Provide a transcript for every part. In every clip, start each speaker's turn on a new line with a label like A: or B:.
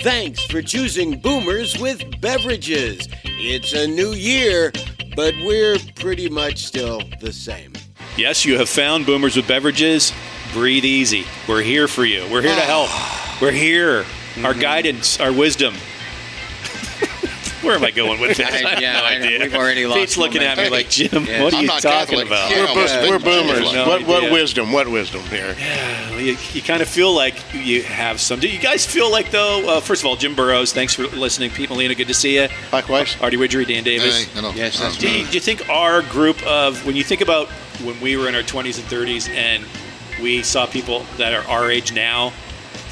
A: Thanks for choosing Boomers with Beverages. It's a new year, but we're pretty much still the same.
B: Yes, you have found Boomers with Beverages. Breathe easy. We're here for you. We're here to help. We're here. Our
C: Mm-hmm.
B: guidance, our wisdom. Where am I going with this? I have
C: yeah,
B: no
C: I know.
B: idea.
C: We've already lost
B: Pete's looking at me
C: momentum.
B: like, Jim, what are
D: I'm
B: you
D: not
B: talking
D: Catholic.
B: about?
D: Yeah,
C: We're bo-
D: but-
C: we're boomers.
B: No
D: what, what
B: idea.
D: wisdom? What wisdom here?
B: You, you kind of feel like you have some. Do you guys feel like, though, uh, first of all, Jim Burrows, thanks for listening. Pete Molina, good to see you.
D: Likewise.
B: Artie Widgery, Dan Davis.
E: Hey, hello.
C: Yes, that's
B: Do you, do you think our group of when you think about when we were in our 20s and 30s and we saw people that are our age now,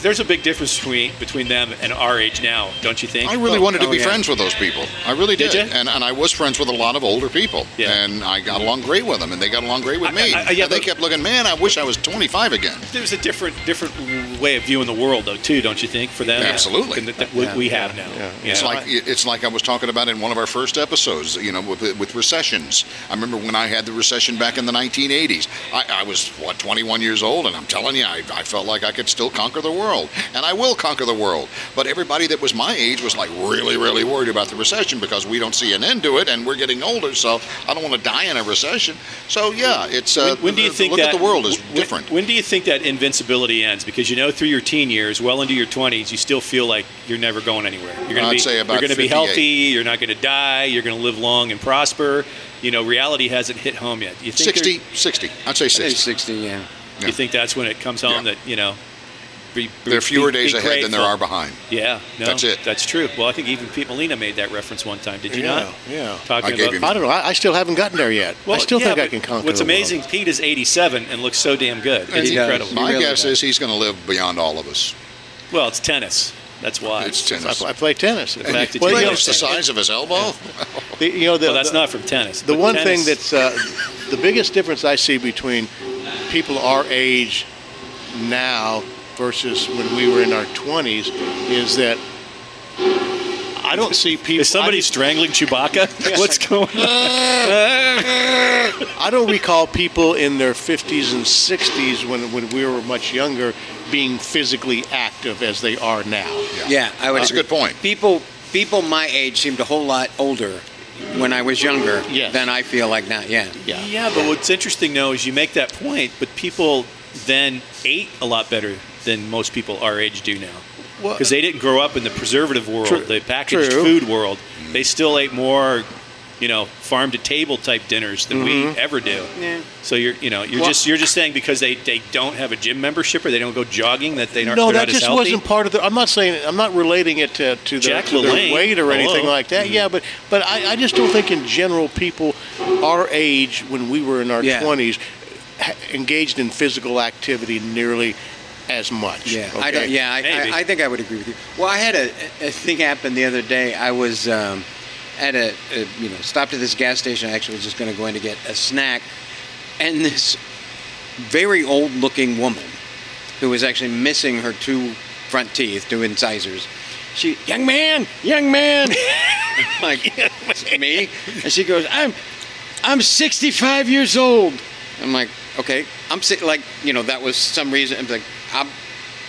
B: there's a big difference between between them and our age now, don't you think?
E: I really wanted to
C: oh,
E: be
C: yeah.
E: friends with those people. I really
B: Did
E: did,
B: ya?
E: and and I was friends with a lot of older people,
B: Yeah. Mm-hmm.
E: and I got along great with them, and they got along great with
B: I-
E: me.
B: I- I- yeah,
E: and they
B: but-
E: kept looking, man, I wish I was 25 again.
B: there's a different different way of viewing the world though too, don't you think? For them,
E: Yeah, absolutely.
B: than that we, we have now. You
E: It's
B: know?
E: like it's like I was talking about in one of our first episodes. You know, with, with recessions. I remember when I had the recession back in the 1980s. I, I was what 21 years old, and I'm telling you, I, I felt like I could still conquer the world, and I will conquer the world. But everybody that was my age was like really, really worried about the recession because we don't see an end to it, and we're getting older. So I don't want to die in a recession. So yeah, it's uh,
B: when, when do you
E: the- the
B: think
E: look
B: that
E: at the world is
B: when-
E: different?
B: When do you think that invincibility ends? Because you know, through your teen years, well into your twenties, you still feel like you're never going anywhere. You're going to
E: I'd
B: be,
E: say
B: you're
E: about
B: gonna be
E: 58.
B: healthy. You're not going to die. You're going to live long and prosper. You know, reality hasn't hit home yet. You think there-
E: 60, 60. I'd say 60.
C: 60, yeah.
B: You think that's when it comes home
E: Yeah.
B: that you know. Be, be-
E: there are fewer
B: be-
E: days
B: be
E: ahead than there
B: grateful.
E: are behind.
B: Yeah, no,
E: That's it.
B: That's true. Well, I think even Pete Molina made that reference one time. Did you
D: Yeah,
B: not?
D: yeah.
B: Talking
E: I gave
B: about
E: him
D: I don't know. I, I still haven't gotten there yet. I still
B: yeah,
D: think I
B: but
D: can conquer.
B: What's
D: the world.
B: amazing, Pete is 87 and looks so damn good. It's
C: he does.
B: incredible.
C: He
E: My
C: really
E: guess
C: does.
E: is he's going to live beyond all of us.
B: Well, it's tennis. That's why.
E: It's
D: I,
E: tennis.
D: I play tennis.
B: fact that
D: well,
B: you
D: you
B: play
D: know,
E: It's the size of his elbow.
D: the, you know, the,
B: well, that's
D: the-
B: not from tennis.
D: The
B: but
D: one
B: tennis-
D: thing that's uh, the biggest difference I see between people our age now versus when we were in our 20s is that I don't see people.
B: is somebody strangling Chewbacca? What's going on?
D: I don't recall people in their 50s and 60s when, when we were much younger being physically active as they are now.
C: Yeah, I would
E: That's a
C: agree.
E: good point.
C: People people my age seemed a whole lot older when I was younger
D: Yes.
C: than I feel like now. Yeah.
D: Yeah.
B: yeah, but what's interesting though is you make that point, but people then ate a lot better than most people our age do now.
D: Well-
B: Because they didn't grow up in the preservative world,
D: True.
B: the packaged
D: True. Mm.
B: food world. They still ate more, you know, farm to table type dinners than we ever do.
C: Yeah.
B: So you're, you know, you're
D: Mm-hmm. Well-
B: just you're just saying because they, they don't have a gym membership or they don't go jogging that they aren't.
D: No,
B: they're not
D: that
B: as
D: just
B: healthy?
D: wasn't part of the. I'm not saying I'm not relating it to, to, their,
B: Jack
D: to their
B: LaLanne.
D: weight or anything
B: Hello.
D: like that. Yeah, but but I, I just don't think in general people our age when we were in our
C: Yeah.
D: 20s ha- engaged in physical activity nearly as much.
C: Yeah, I
D: okay?
C: don't, yeah, I,
B: Maybe.
C: I, I think I would agree with you. Well, I had a, a thing happen the other day. I was um, at a, a you know stopped at this gas station. I actually was just going to go in to get a snack, and this very old looking woman who was actually missing her two front teeth, two incisors. She, young man, young man, like me, and she goes, I'm, I'm 65 years old. I'm like, okay, I'm si- like, you know, that was some reason. I'm like, I'm,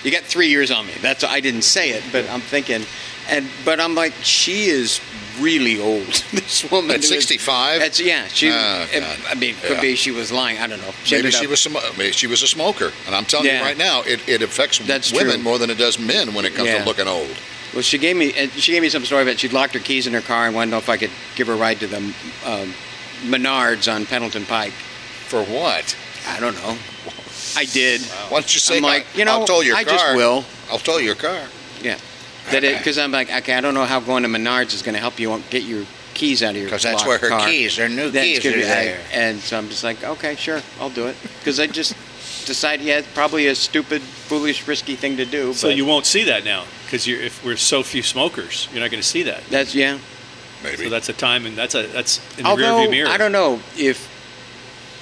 C: you got three years on me. That's I didn't say it, but I'm thinking, and but I'm like, she is really old. this woman
E: At
C: who is-
E: 65?
C: That's yeah. She,
E: Oh, God.
C: I mean, could
E: Yeah.
C: be she was lying. I don't know.
E: Maybe
C: ended
E: she
C: up-
E: was some, maybe she was a smoker, and I'm telling
C: Yeah.
E: you right now, it, it affects
C: That's
E: women
C: true.
E: more than it does men when it comes
C: Yeah.
E: to looking old.
C: Well, she gave me and she gave me some story about she'd locked her keys in her car and wanted to know if I could give her a ride to the um, Menards on Pendleton Pike.
E: For what?
C: I don't know. I did.
E: Why don't you say,
C: Oh. I'm like,
E: I,
C: you know,
E: will tow your
C: I
E: car.
C: just will.
E: I'll tow your car.
C: Yeah. That it because I'm like, okay, I don't know how going to Menards is going to help you get your keys out of your
E: Because that's
C: locked
E: where her
C: car.
E: keys, her new
C: That's
E: keys
C: gonna
E: are
C: be- I-
E: there.
C: and so I'm just like, okay, sure, I'll do it because I just decided, yeah, it's probably a stupid, foolish, risky thing to do.
B: So
C: but
B: you won't see that now because you're if we're so few smokers, you're not going to see that.
C: That's yeah.
E: Maybe.
B: So that's a time, and that's a that's in the
C: Although
B: rearview mirror.
C: I don't know if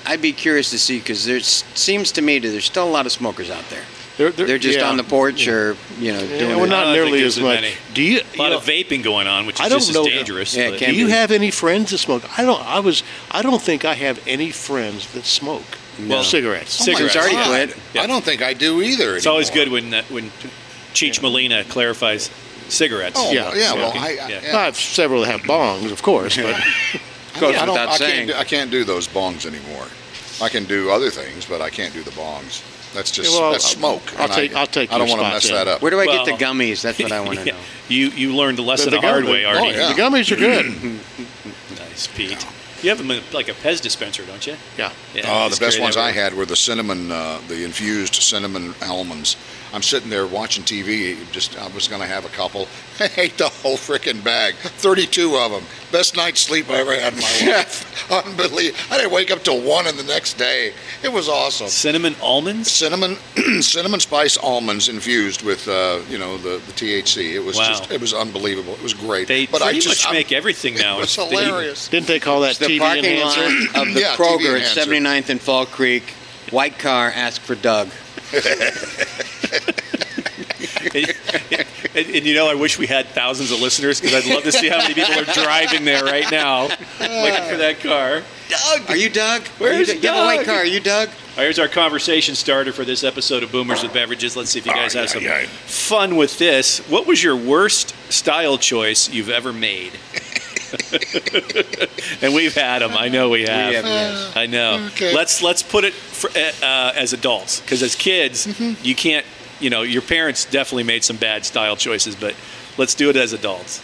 C: I'd be curious to see because there seems to me that there's still a lot of smokers out there.
D: They're, they're,
C: They're just
D: yeah.
C: on the porch or you know
D: Yeah,
C: doing.
D: well,
C: it.
B: I
D: not
B: don't
D: nearly
B: think
D: as
B: there's
D: much.
B: many.
D: Do you?
B: a lot
D: you
B: of vaping going on, which is
D: I don't
B: just as
D: know that-
B: dangerous.
C: Yeah, it
B: but-
C: can
D: do you
C: be.
D: have any friends that smoke? I don't. I was. I don't think I have any friends that smoke
B: No.
D: cigarettes.
B: Sig- cigarettes.
C: It's already
E: God,
C: quit.
B: Yeah.
E: I don't think I do either.
B: it's always
E: anymore.
B: good when that, when Cheech Molina clarifies cigarettes.
E: Oh,
D: Yeah.
E: yeah, well,
B: Smoking.
E: I- I-
B: yeah.
E: yeah.
D: I have several that have bongs, of course, but
E: I,
C: Goes
E: mean, I don't.
C: without
E: I
C: saying.
E: can't, do, I can't do those bongs anymore. I can do other things, but I can't do the bongs. That's just
D: Yeah, well,
E: that's
D: I'll-
E: smoke.
D: I'll
E: and
D: take-
E: I,
D: I'll take
E: I don't
D: your
E: want to
D: spot
E: mess
D: then.
E: that up.
C: Where do I
B: Well-
C: get the gummies? That's what I want to know.
B: You you learned the lesson the,
D: The- the
B: hard
D: gum-
B: way,
D: oh,
B: Artie.
E: yeah.
D: the gummies are good.
B: Nice, Pete. You have them in like a Pez dispenser, don't you?
D: Yeah.
B: Yeah,
E: Oh, the
B: it's
E: best
B: great
E: ones I
B: everywhere.
E: had were the cinnamon, uh, the infused cinnamon almonds. I'm sitting there watching TV. Just I was going to have a couple. I ate the whole freaking bag, 32 of them. Best night's sleep I ever had in my life. Unbelievable. I didn't wake up till one in the next day. It was awesome.
B: Cinnamon almonds.
E: Cinnamon, cinnamon spice almonds infused with uh, you know the, the THC. It was
B: Wow.
E: just it was unbelievable. It was great.
B: They
E: but I
B: pretty
E: just,
B: much
E: I-
B: make everything now.
E: It was
B: They-
E: hilarious.
D: Didn't they call that
C: It's the
D: TV
C: parking lot
D: enhancer?
C: of the
E: Yeah, TV
C: Kroger at
E: enhancer.
C: 79th and Fall Creek. White car, ask for Doug.
B: and, and- and you know, I wish we had thousands of listeners because I'd love to see how many people are driving there right now, looking for that car.
C: Doug! Are you Doug?
B: Where
C: Are you
B: is
C: Doug? You have a white
B: Doug?
C: car. Are you Doug?
B: All right, here's our conversation starter for this episode of Boomers with Beverages. Let's see if you guys have some fun with this. What was your worst style choice you've ever made? and we've had them. I know we have.
C: have, yes.
B: I know.
E: Okay.
B: Let's let's put it for, uh, uh, as adults because as kids, you can't. You know, your parents definitely made some bad style choices, but let's do it as adults.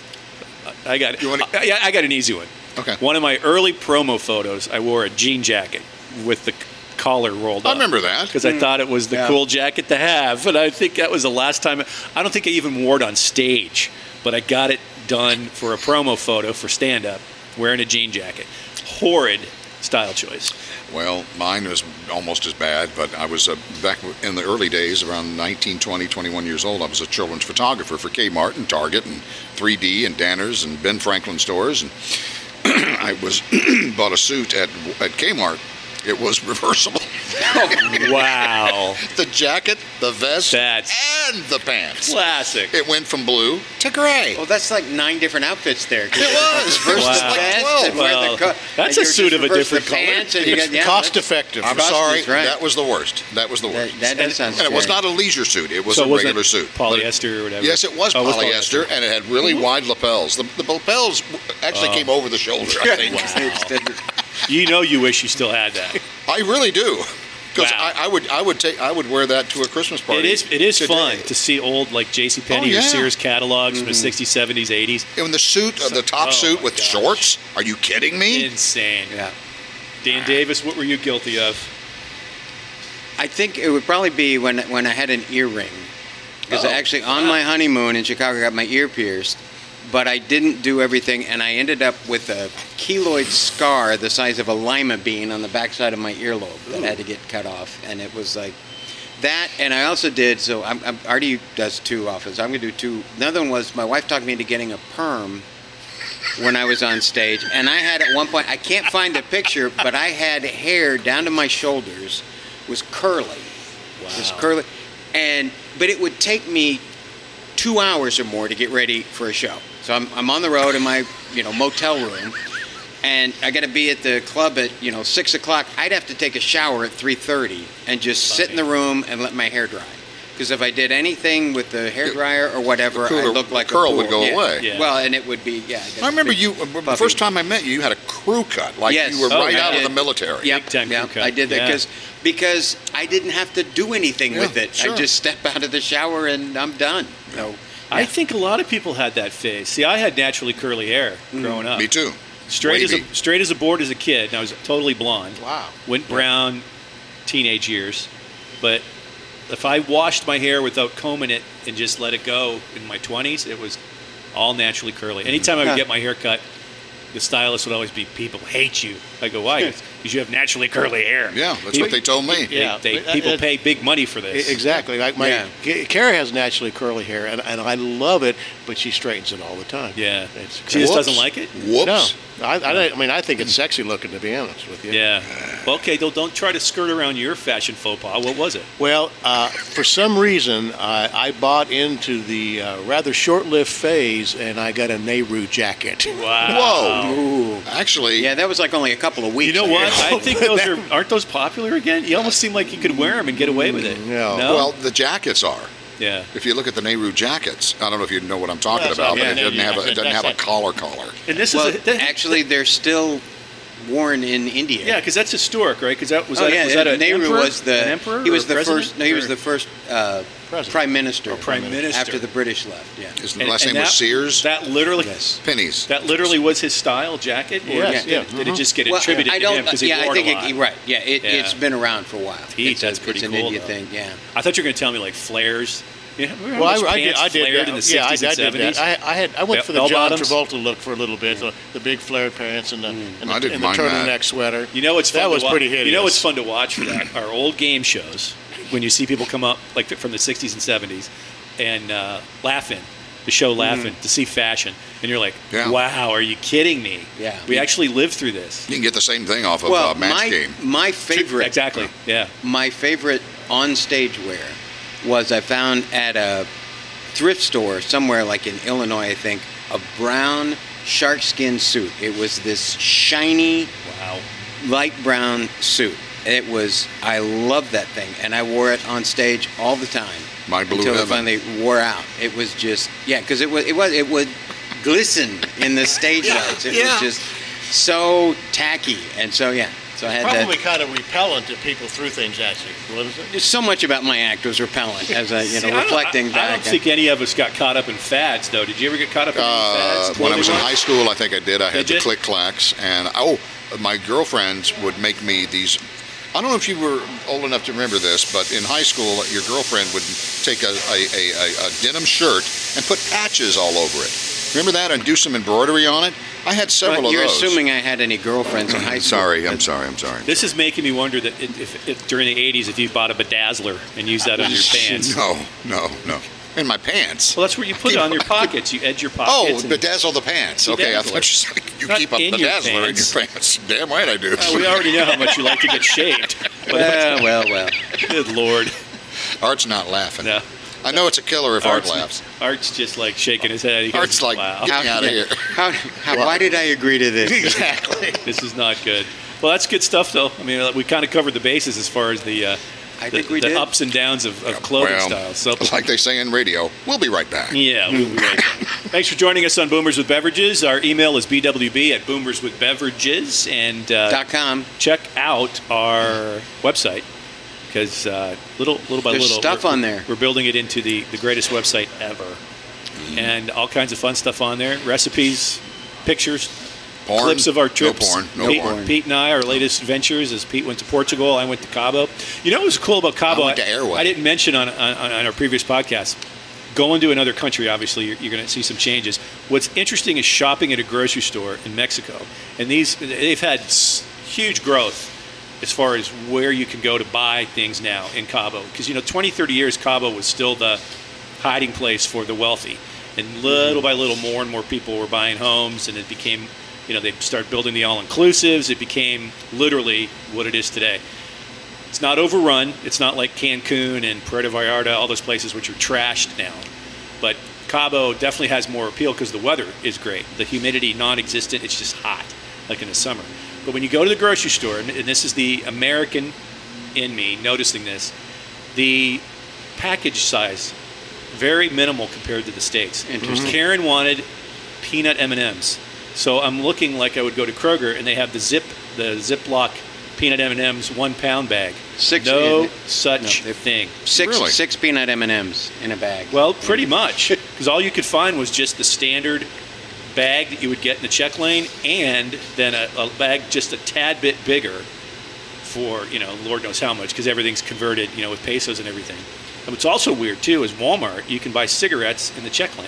B: I got.
E: You wanna-
B: I, I got an easy one.
E: Okay.
B: One of my early promo photos, I wore a jean jacket with the c- collar rolled
E: I
B: up.
E: remember that. Hmm.
B: Because I thought it was the
C: Yeah.
B: cool jacket to have, and I think that was the last time. I don't think I even wore it on stage, but I got it done for a promo photo for stand up, wearing a jean jacket. Horrid style choice.
E: Well, mine was almost as bad, but I was uh, back in the early days, around 19, 20, 21 years old. I was a children's photographer for Kmart and Target and 3D and Danner's and Ben Franklin stores, and I was bought a suit at at Kmart. It was reversible.
B: Wow,
E: the jacket, the vest,
B: That's-
E: and the pants.
B: classic.
E: It went from blue to gray.
C: Well, that's like nine different outfits there. It
E: was.
C: Versus
B: Wow.
C: the vest and
B: Wow.
C: wear the co-
B: Well, that's
C: and
B: a
C: you're
B: suit
C: just
B: of a
C: reverse
B: different
C: the
B: color.
C: Pants and you got, yeah,
D: Cost
C: that's-
D: effective.
E: I'm
C: Trust
E: sorry,
C: is right.
E: that was the worst. That was the worst.
C: That, that does sound
E: And it was
C: scary.
E: not a leisure suit. It was
B: So
E: a
B: it wasn't
E: regular suit. But it-
B: polyester or whatever.
E: Yes, it was
B: Oh, it was
E: polyester, and it had really wide lapels. The, the lapels w- actually
B: Oh.
E: came over the shoulder. I think.
B: You know, you wish you still had that.
E: I really do, because
B: Wow.
E: I, I would I would take I would wear that to a Christmas party.
B: It is it is
E: today.
B: fun to see old like J.C. Penney
E: Oh,
B: or
E: yeah. Mm-hmm.
B: Sears catalogs from the '60s, '70s, '80s.
E: And the suit, uh, the top
B: Oh,
E: suit
B: my
E: with
B: gosh.
E: shorts. Are you kidding me?
B: Insane.
C: Yeah.
B: Dan Davis, what were you guilty of?
C: I think it would probably be when when I had an earring, because
B: Oh,
C: actually on
B: wow.
C: my honeymoon in Chicago, I got my ear pierced, but I didn't do everything, and I ended up with a keloid scar the size of a lima bean on the backside of my earlobe that had to get cut off, and it was like that. And I also did so. I'm, I'm Artie does two offers. I'm gonna do two. Another one was my wife talked me into getting a perm when I was on stage. And I had at one point, I can't find the picture, but I had hair down to my shoulders, was curly. Was
B: Wow.
C: curly. And, but it would take me two hours or more to get ready for a show. So I'm, I'm on the road in my, you know, motel room. And I got to be at the club at you know six o'clock. I'd have to take a shower at three thirty and just sit in the room and let my hair dry, because if I did anything with the hair dryer or whatever, I
E: cooler-
C: looked like
E: curl
C: a fool.
E: would go
C: Yeah.
E: away.
B: Yeah.
C: Well, and it would be yeah.
E: I remember you uh, the
C: Puffy.
E: first time I met you. You had a crew cut, like
C: Yes.
E: you were
B: Oh,
E: right
B: I
E: out of
C: did.
E: the military.
C: Yeah,
B: Big-time crew cut.
C: I did that
B: Yeah.
C: because because I didn't have to do anything with
E: Yeah,
C: it.
E: sure.
C: I just step out of the shower and I'm done. No,
B: I think a lot of people had that phase. See, I had naturally curly hair growing up.
E: Mm. Me too.
B: Straight as, a,
E: Wavy.
B: straight as a board as a kid, and I was totally blonde.
D: Wow.
B: Went brown teenage years. But if I washed my hair without combing it and just let it go in my 20s, it was all naturally curly. Anytime I would
C: Yeah.
B: get my hair cut, the stylist would always be, People hate you. I go, Why? Because you have naturally curly hair.
E: Yeah, that's what they told me.
B: Yeah, they,
D: but, uh,
B: people
D: uh,
B: pay big money for
D: E-
B: this.
D: Exactly. Like my
C: Yeah.
D: K- Kara has naturally curly hair, and, and I love it, but she straightens it all the time.
B: Yeah.
D: It's
B: She just
D: crazy.
B: doesn't like it?
E: Whoops.
D: No, I, I, don't- I mean I think it's sexy looking to be honest with you.
B: Yeah. Well, okay, don't, don't try to skirt around your fashion faux pas. What was it?
D: Well, uh, for some reason, I, I bought into the uh, rather short-lived phase, and I got a Nehru jacket.
B: Wow.
E: Whoa. Actually,
C: yeah, that was like only a couple of weeks.
B: You know
C: ago.
B: what? I think those are aren't those popular again? You almost seem like you could wear them and get away with it.
D: No.
E: well, the jackets are.
B: Yeah.
E: If you look at the Nehru jackets, I don't know if you know what I'm talking
D: That's
E: about, but
D: right, yeah,
E: it doesn't
D: Nehru
E: have a, it
D: jacket,
E: doesn't have a
D: that's it.
E: collar collar.
B: And this
C: Well,
B: is a, that-
C: actually, they're still worn in India.
B: yeah, because that's historic, right? Because that was
C: oh,
B: that,
C: yeah,
B: was that an
C: Nehru
B: emperor?
C: was the
B: An emperor
C: he
B: or
C: was
B: a
C: the
B: president?
C: first. No, he was
B: Or- Oh,
C: the first uh,
D: President.
C: prime minister.
B: prime minister.
C: after the British left. Yeah.
E: His
B: and-
E: last
B: and
E: name was
B: that-
E: Sears.
B: That literally,
C: Yes.
E: Pennies.
B: that literally was his style jacket. Or
D: Yes,
B: did,
D: yeah.
B: did it just get attributed
C: I don't,
B: to him because he
C: yeah,
B: wore
C: I think
B: it a lot?
C: It, right. Yeah, it,
B: Yeah.
C: it's been around for a while.
B: Heat,
C: it's
B: that's
C: a,
B: pretty
C: it's an
B: cool,
C: India
B: though.
C: thing. Yeah.
B: I thought you were going to tell me like flares. Yeah, remember how
D: Well,
B: much
D: I, I did.
B: pants
D: I did
B: flared
D: that.
B: in the 60s
D: yeah,
B: and
D: I, I
B: 70s.
D: did that. I, I had. I went
B: Yeah,
D: for the
B: bell
D: John
B: bottoms. Hmm,
D: Travolta look for a little bit, the, the big flared pants and the and
E: I
D: the,
E: didn't
D: and the
E: mind that.
D: turtleneck sweater.
B: You know it's
D: that
B: fun to
D: was
B: wa-
D: pretty hideous.
B: You know it's fun to watch for that are old game shows when you see people come up like th- from the '60s and '70s and uh, laughing, the show laughing to see fashion, and you're like,
E: Mm. Yeah.
B: "Wow, are you kidding me?
C: Yeah.
B: we actually lived through this."
E: You can get the same thing off of
C: Well,
E: uh, match
C: my
E: game.
C: my favorite
B: Exactly. Yeah.
C: my favorite on-stage wear was I found at a thrift store somewhere like in Illinois, I think, a brown sharkskin suit. It was this shiny
B: Wow.
C: light brown suit. It was I loved that thing, and I wore it on stage all the time
E: My Blue
C: until it
E: Heaven.
C: finally wore out. It was just yeah, because it was it was it would glisten in the stage lights. It was just so tacky, and so yeah, so I had that.
D: Probably kind of repellent that people threw things at you. What is it?
C: Just so much about my act was repellent as I, you
B: See,
C: know, reflecting
B: I don't, I-
C: back.
B: I don't think any of us got caught up in fads, though. Did you ever get caught up in any
E: Uh,
B: fads?
E: when I was in
B: clothing-wise?
E: high school, I think I did. I
B: Did
E: had the
B: you?
E: click clacks, and oh, my girlfriends would make me these. I don't know if you were old enough to remember this, but in high school, your girlfriend would take a, a, a, a, a denim shirt and put patches all over it. Remember that, and do some embroidery on it. I had several
C: But
E: of
C: you're
E: those.
C: assuming I had any girlfriends in high school.
E: sorry, I'm sorry, I'm sorry.
B: This is making me wonder that if, if, if during the '80s, if you bought a bedazzler and used that on your pants,
E: No, no, no. In my pants.
B: well, that's where you put it on your pockets. You edge your
E: Oh,
B: pockets. and-
E: bedazzle the pants. Okay, I
B: Bedazzler.
E: thought you said you
B: Not
E: keep a
B: in your
E: bedazzler in
B: pants.
E: your pants. Damn right I do.
B: Uh, we already know how much you like to get shaved. But,
C: Well, well, well.
B: good lord.
E: Art's not laughing.
B: No.
E: I know it's a killer if Art
B: Art's-
E: laughs.
B: Art's just like shaking his head. He goes,
E: Art's like,
B: wow,
E: get me out of here.
C: How, how, why did I agree to this?
E: exactly.
B: this is not good. Well, that's good stuff, though. I mean, uh, we kind of covered the bases as far as the, uh,
C: I
B: the,
C: think we
B: the
C: did.
B: ups and downs of, of clothing
E: Well,
B: styles. So,
E: like they say in radio, we'll be right back.
B: yeah, we'll be right back. Thanks for joining us on Boomers with Beverages. Our email is bwb at boomerswithbeverages. And uh,
C: Dot com.
B: check out our website because uh, little little by
C: There's
B: little
C: stuff
B: we're-
C: on there.
B: We're building it into the the greatest website ever,
C: Mm.
B: and all kinds of fun stuff on there: recipes, pictures.
E: Porn?
B: Clips of our
E: No
B: trips.
E: porn, no
B: Pete,
E: porn.
B: Pete and I, our latest ventures is Pete went to Portugal. I went to Cabo. You know what was cool about Cabo?
E: I went to Airway.
B: I didn't mention on, on, on our previous podcast. Going to another country, obviously, you're, you're going to see some changes. What's interesting is shopping at a grocery store in Mexico, and these they've had s- huge growth as far as where you can go to buy things now in Cabo. Because, you know, 20, 30 years, Cabo was still the hiding place for the wealthy. And little by little, more and more people were buying homes, and it became, you know, they started building the all inclusives. It became literally what it is today. It's not overrun. It's not like Cancun and Puerto Vallarta, all those places which are trashed now. But Cabo definitely has more appeal because the weather is great. The humidity non-existent. It's just hot, like in the summer. But when you go to the grocery store, and and this is the American in me noticing this, the package size very minimal compared to the states.
C: Interesting.
B: Karen wanted peanut M and M's, so I'm looking like I would go to Kroger, and they have the zip the Ziploc peanut M and M's one pound bag.
C: Six-
B: no
C: yeah,
B: such
C: no, they-
B: thing.
C: Six,
E: Really?
C: six peanut M&Ms in a bag.
B: Well, pretty much, because all you could find was just the standard bag that you would get in the check lane, and then a, a bag just a tad bit bigger for you know, Lord knows how much, because everything's converted, you know, with pesos and everything. And what's also weird too is Walmart. You can buy cigarettes in the check lane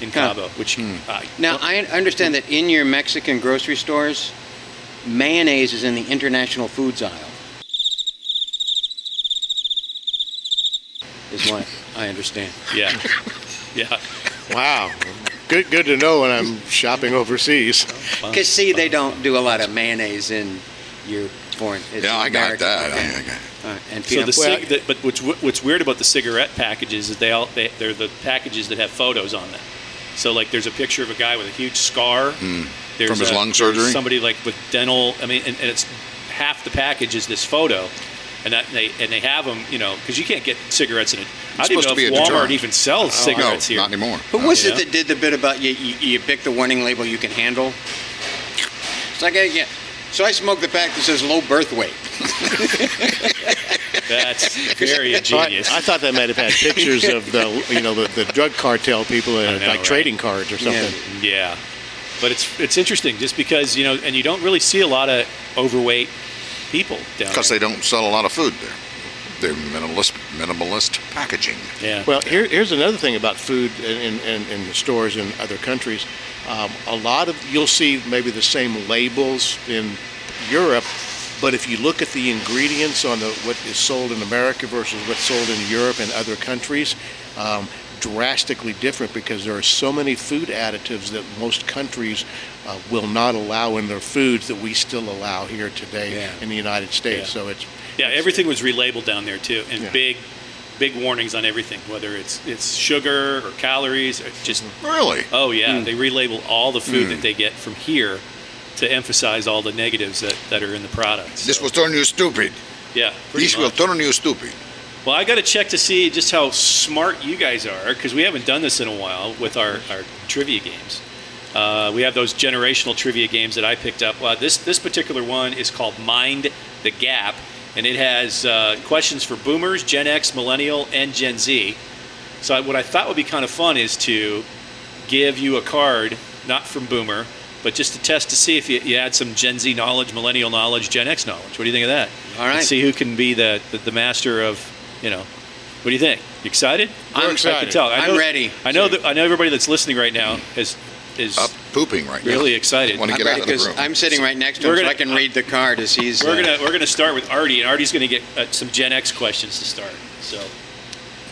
B: in
C: Huh. Hmm.
B: Cabo, which I
C: now,
B: don't-
C: I understand that in your Mexican grocery stores, mayonnaise is in the international foods aisle. Is what I understand.
B: yeah, yeah.
D: Wow. Good, good to know when I'm shopping overseas.
C: Because see, they don't do a lot of mayonnaise in your foreign. it's
E: Yeah, I got
C: American.
E: that.
C: Okay.
E: I, I got
C: All right, and
B: So
C: peanut
B: the,
C: butter.
B: cig- the but what's w- what's weird about the cigarette packages is they all they, they're the packages that have photos on them. So like there's a picture of a guy with a huge scar there's
E: Hmm. From his
B: a-
E: lung
B: there's
E: surgery?
B: Somebody like with dental. I mean, and, and it's half the package is this photo. and that, and they and they have them, you know, because you can't get cigarettes in it. I don't even
E: supposed
B: know
E: to
B: if
E: be a
B: Walmart
E: deterrent.
B: even sells cigarettes
E: no,
B: here.
E: not anymore.
C: Who was
B: You
C: it
B: know?
C: that did the bit about you, you, you pick the warning label you can handle? It's like, yeah. So I smoked the pack that says low birth weight.
B: That's very
D: So I-
B: ingenious.
D: I, thought they might have had pictures of the you know the, the drug cartel people and
B: know,
D: like
B: right?
D: trading cards or something.
B: Yeah, but it's it's interesting just because you know, and you don't really see a lot of overweight people down
E: Because
B: there.
E: they don't sell a lot of food there. They're minimalist, minimalist packaging.
B: yeah.
D: Well, here, here's another thing about food in, in, in, in the stores in other countries. Um, a lot of you'll see maybe the same labels in Europe, but if you look at the ingredients on the what is sold in America versus what's sold in Europe and other countries, um, drastically different because there are so many food additives that most countries uh, will not allow in their foods that we still allow here today
C: Yeah.
D: in the United States. So it's
B: Yeah, everything was relabeled down there too, and
D: Yeah.
B: big, big warnings on everything, whether it's it's sugar or calories, or just
E: Really?
B: oh yeah, they relabel all the food
E: Mm.
B: that they get from here to emphasize all the negatives that, that are in the products.
E: This will turn you stupid.
B: yeah. pretty
E: This will
B: much.
E: turn you stupid.
B: Well, I got to check to see just how smart you guys are because we haven't done this in a while with our, our trivia games. Uh, we have those generational trivia games that I picked up. Uh, this this particular one is called Mind the Gap, and it has uh, questions for Boomers, Gen X, Millennial, and Gen Z. So I, what I thought would be kind of fun is to give you a card, not from Boomer, but just to test to see if you, you had some Gen Z knowledge, Millennial knowledge, Gen X knowledge. What do you think of that?
C: All right.
B: And see who can be the, the, the master of, you know, what do you think? You excited?
D: We're
B: I'm I can
D: excited.
B: tell. I
C: I'm ready.
B: I know that I know everybody that's listening right now is is
E: Up pooping right now.
B: really excited.
E: Wanna
C: I'm
E: Get out
C: ready
E: of the
C: because
E: room.
C: I'm sitting right next to
B: We're
C: him, so
B: gonna-
C: I can read the card as he's.
B: We're
C: uh,
B: gonna we're gonna start with Artie, and Artie's gonna get uh, some Gen X questions to start. So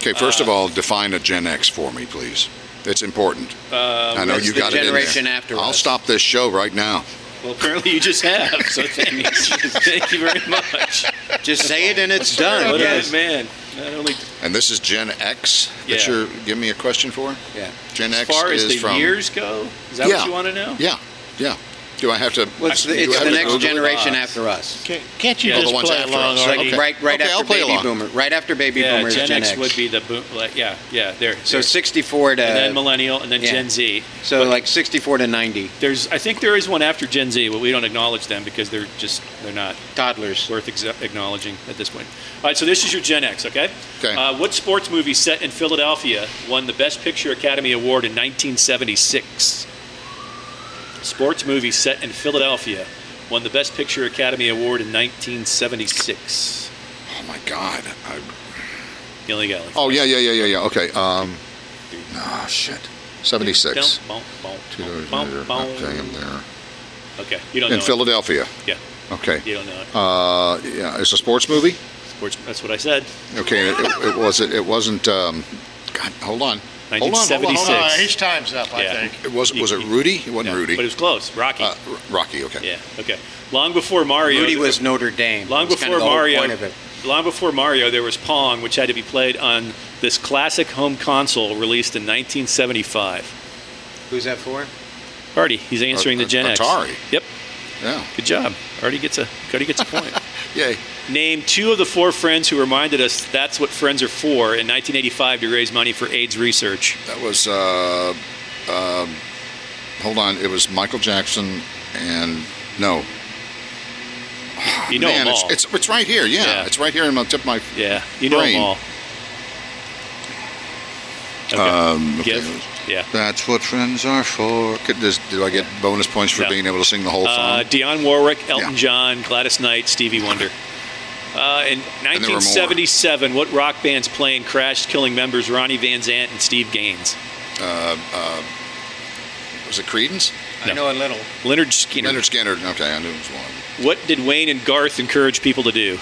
E: Okay, first
B: Uh,
E: of all, define a Gen X for me, please. It's important.
B: Uh,
E: I know
C: That's
E: you
C: the
E: got it in there.
C: generation after
E: I'll
C: us.
E: stop this show right now.
B: well, apparently you just have. So thanks. thank you very much.
C: uh, just say it and it's done.
B: What a
C: yes.
B: good man. Not only
E: And this is Gen X that
B: Yeah.
E: you're giving me a question for?
C: Yeah.
E: Gen
B: as
E: X
B: far
E: is
B: as the
E: from
B: years go, is that
E: yeah.
B: what you want to know?
E: Yeah, yeah. Do I have to?
C: Well, it's
E: do
C: the,
E: I
C: it's
E: have
C: the
E: to
C: next
E: Google it?
C: generation
B: Box.
C: after us.
D: Can't, can't you
B: Yeah, the
D: just
E: ones
D: play
E: after
D: along?
E: us.
D: Artie?
C: Like
E: Okay.
C: right, right
E: Okay,
C: after
E: I'll play
C: baby
E: along.
C: boomer. Right after baby
B: Yeah,
C: boomer is
B: Gen,
C: Gen
B: X, would be the boom. Like, yeah, yeah. There.
C: So
B: there.
C: 64 to
B: and then millennial, and then
C: yeah.
B: Gen Z.
C: so like 64 to 90
B: There's, I think there is one after Gen Z, but we don't acknowledge them because they're just they're not
C: toddlers.
B: worth exa- acknowledging at this point. All right, so this is your Gen X, okay?
E: Okay.
B: Uh, what sports movie set in Philadelphia won the Best Picture Academy Award in 1976? Sports movie set in Philadelphia won the Best Picture Academy Award in 1976.
E: Oh my God! I,
B: You only got like
E: oh yeah, yeah, yeah, yeah, yeah. Okay. Um. Ah, shit. Seventy-six.
B: Dum, bum,
E: Two
B: bum,
E: dollars
B: bum,
E: later.
B: bum.
E: Okay, I'm there.
B: Okay, you don't
E: In
B: know. it.
E: Philadelphia.
B: Yeah,
E: Okay.
B: you don't know. It.
E: Uh, yeah, it's a sports movie.
B: Sports. That's what I said.
E: Okay, it, it, it was it wasn't. Um, God, hold on. Hold on, hold on, hold on.
C: Uh,
D: Hold on,
B: 76.
D: his time's up, I
B: Yeah.
D: think.
E: It was was it Rudy? It wasn't
B: No,
E: Rudy.
B: But it was close. Rocky.
E: uh, R- Rocky. Okay.
B: yeah. Okay. Long before Mario.
C: Rudy was Notre Dame.
B: Long
C: That was
B: before
C: kind of the whole
B: Mario,
C: point of it.
B: long before Mario, there was Pong, which had to be played on this classic home console released in 1975.
C: Who's that for?
B: Artie, he's answering
E: A-
B: the Gen X.
E: Atari.
B: Yep,
E: Yeah.
B: good job. Artie gets a Cody gets a point.
E: Yay.
B: Name two of the four friends who reminded us that's what friends are for in 1985 to raise money for AIDS research.
E: That was. Uh, um, hold on. It was Michael Jackson and no.
B: You know
E: Man,
B: them
E: it's,
B: all.
E: it's it's right here. Yeah,
B: Yeah.
E: it's right here in my tip of my.
B: yeah, you know
E: brain.
B: them all. Okay.
E: Um, okay.
B: Give. Yeah.
E: That's what friends are for. Could, does, do I get bonus points for
B: No.
E: being able to sing the whole
B: Uh,
E: song?
B: Dionne Warwick, Elton
E: Yeah.
B: John, Gladys Knight, Stevie Wonder. Uh, in
E: there were more.
B: 1977, what rock band's plane crashed, killing members Ronnie Van Zant and Steve Gaines?
E: was it Creedence?
C: I know a little.
B: Leonard Skinner.
E: Leonard Skinner. Okay, I knew it was one.
B: What did Wayne and Garth encourage people to do?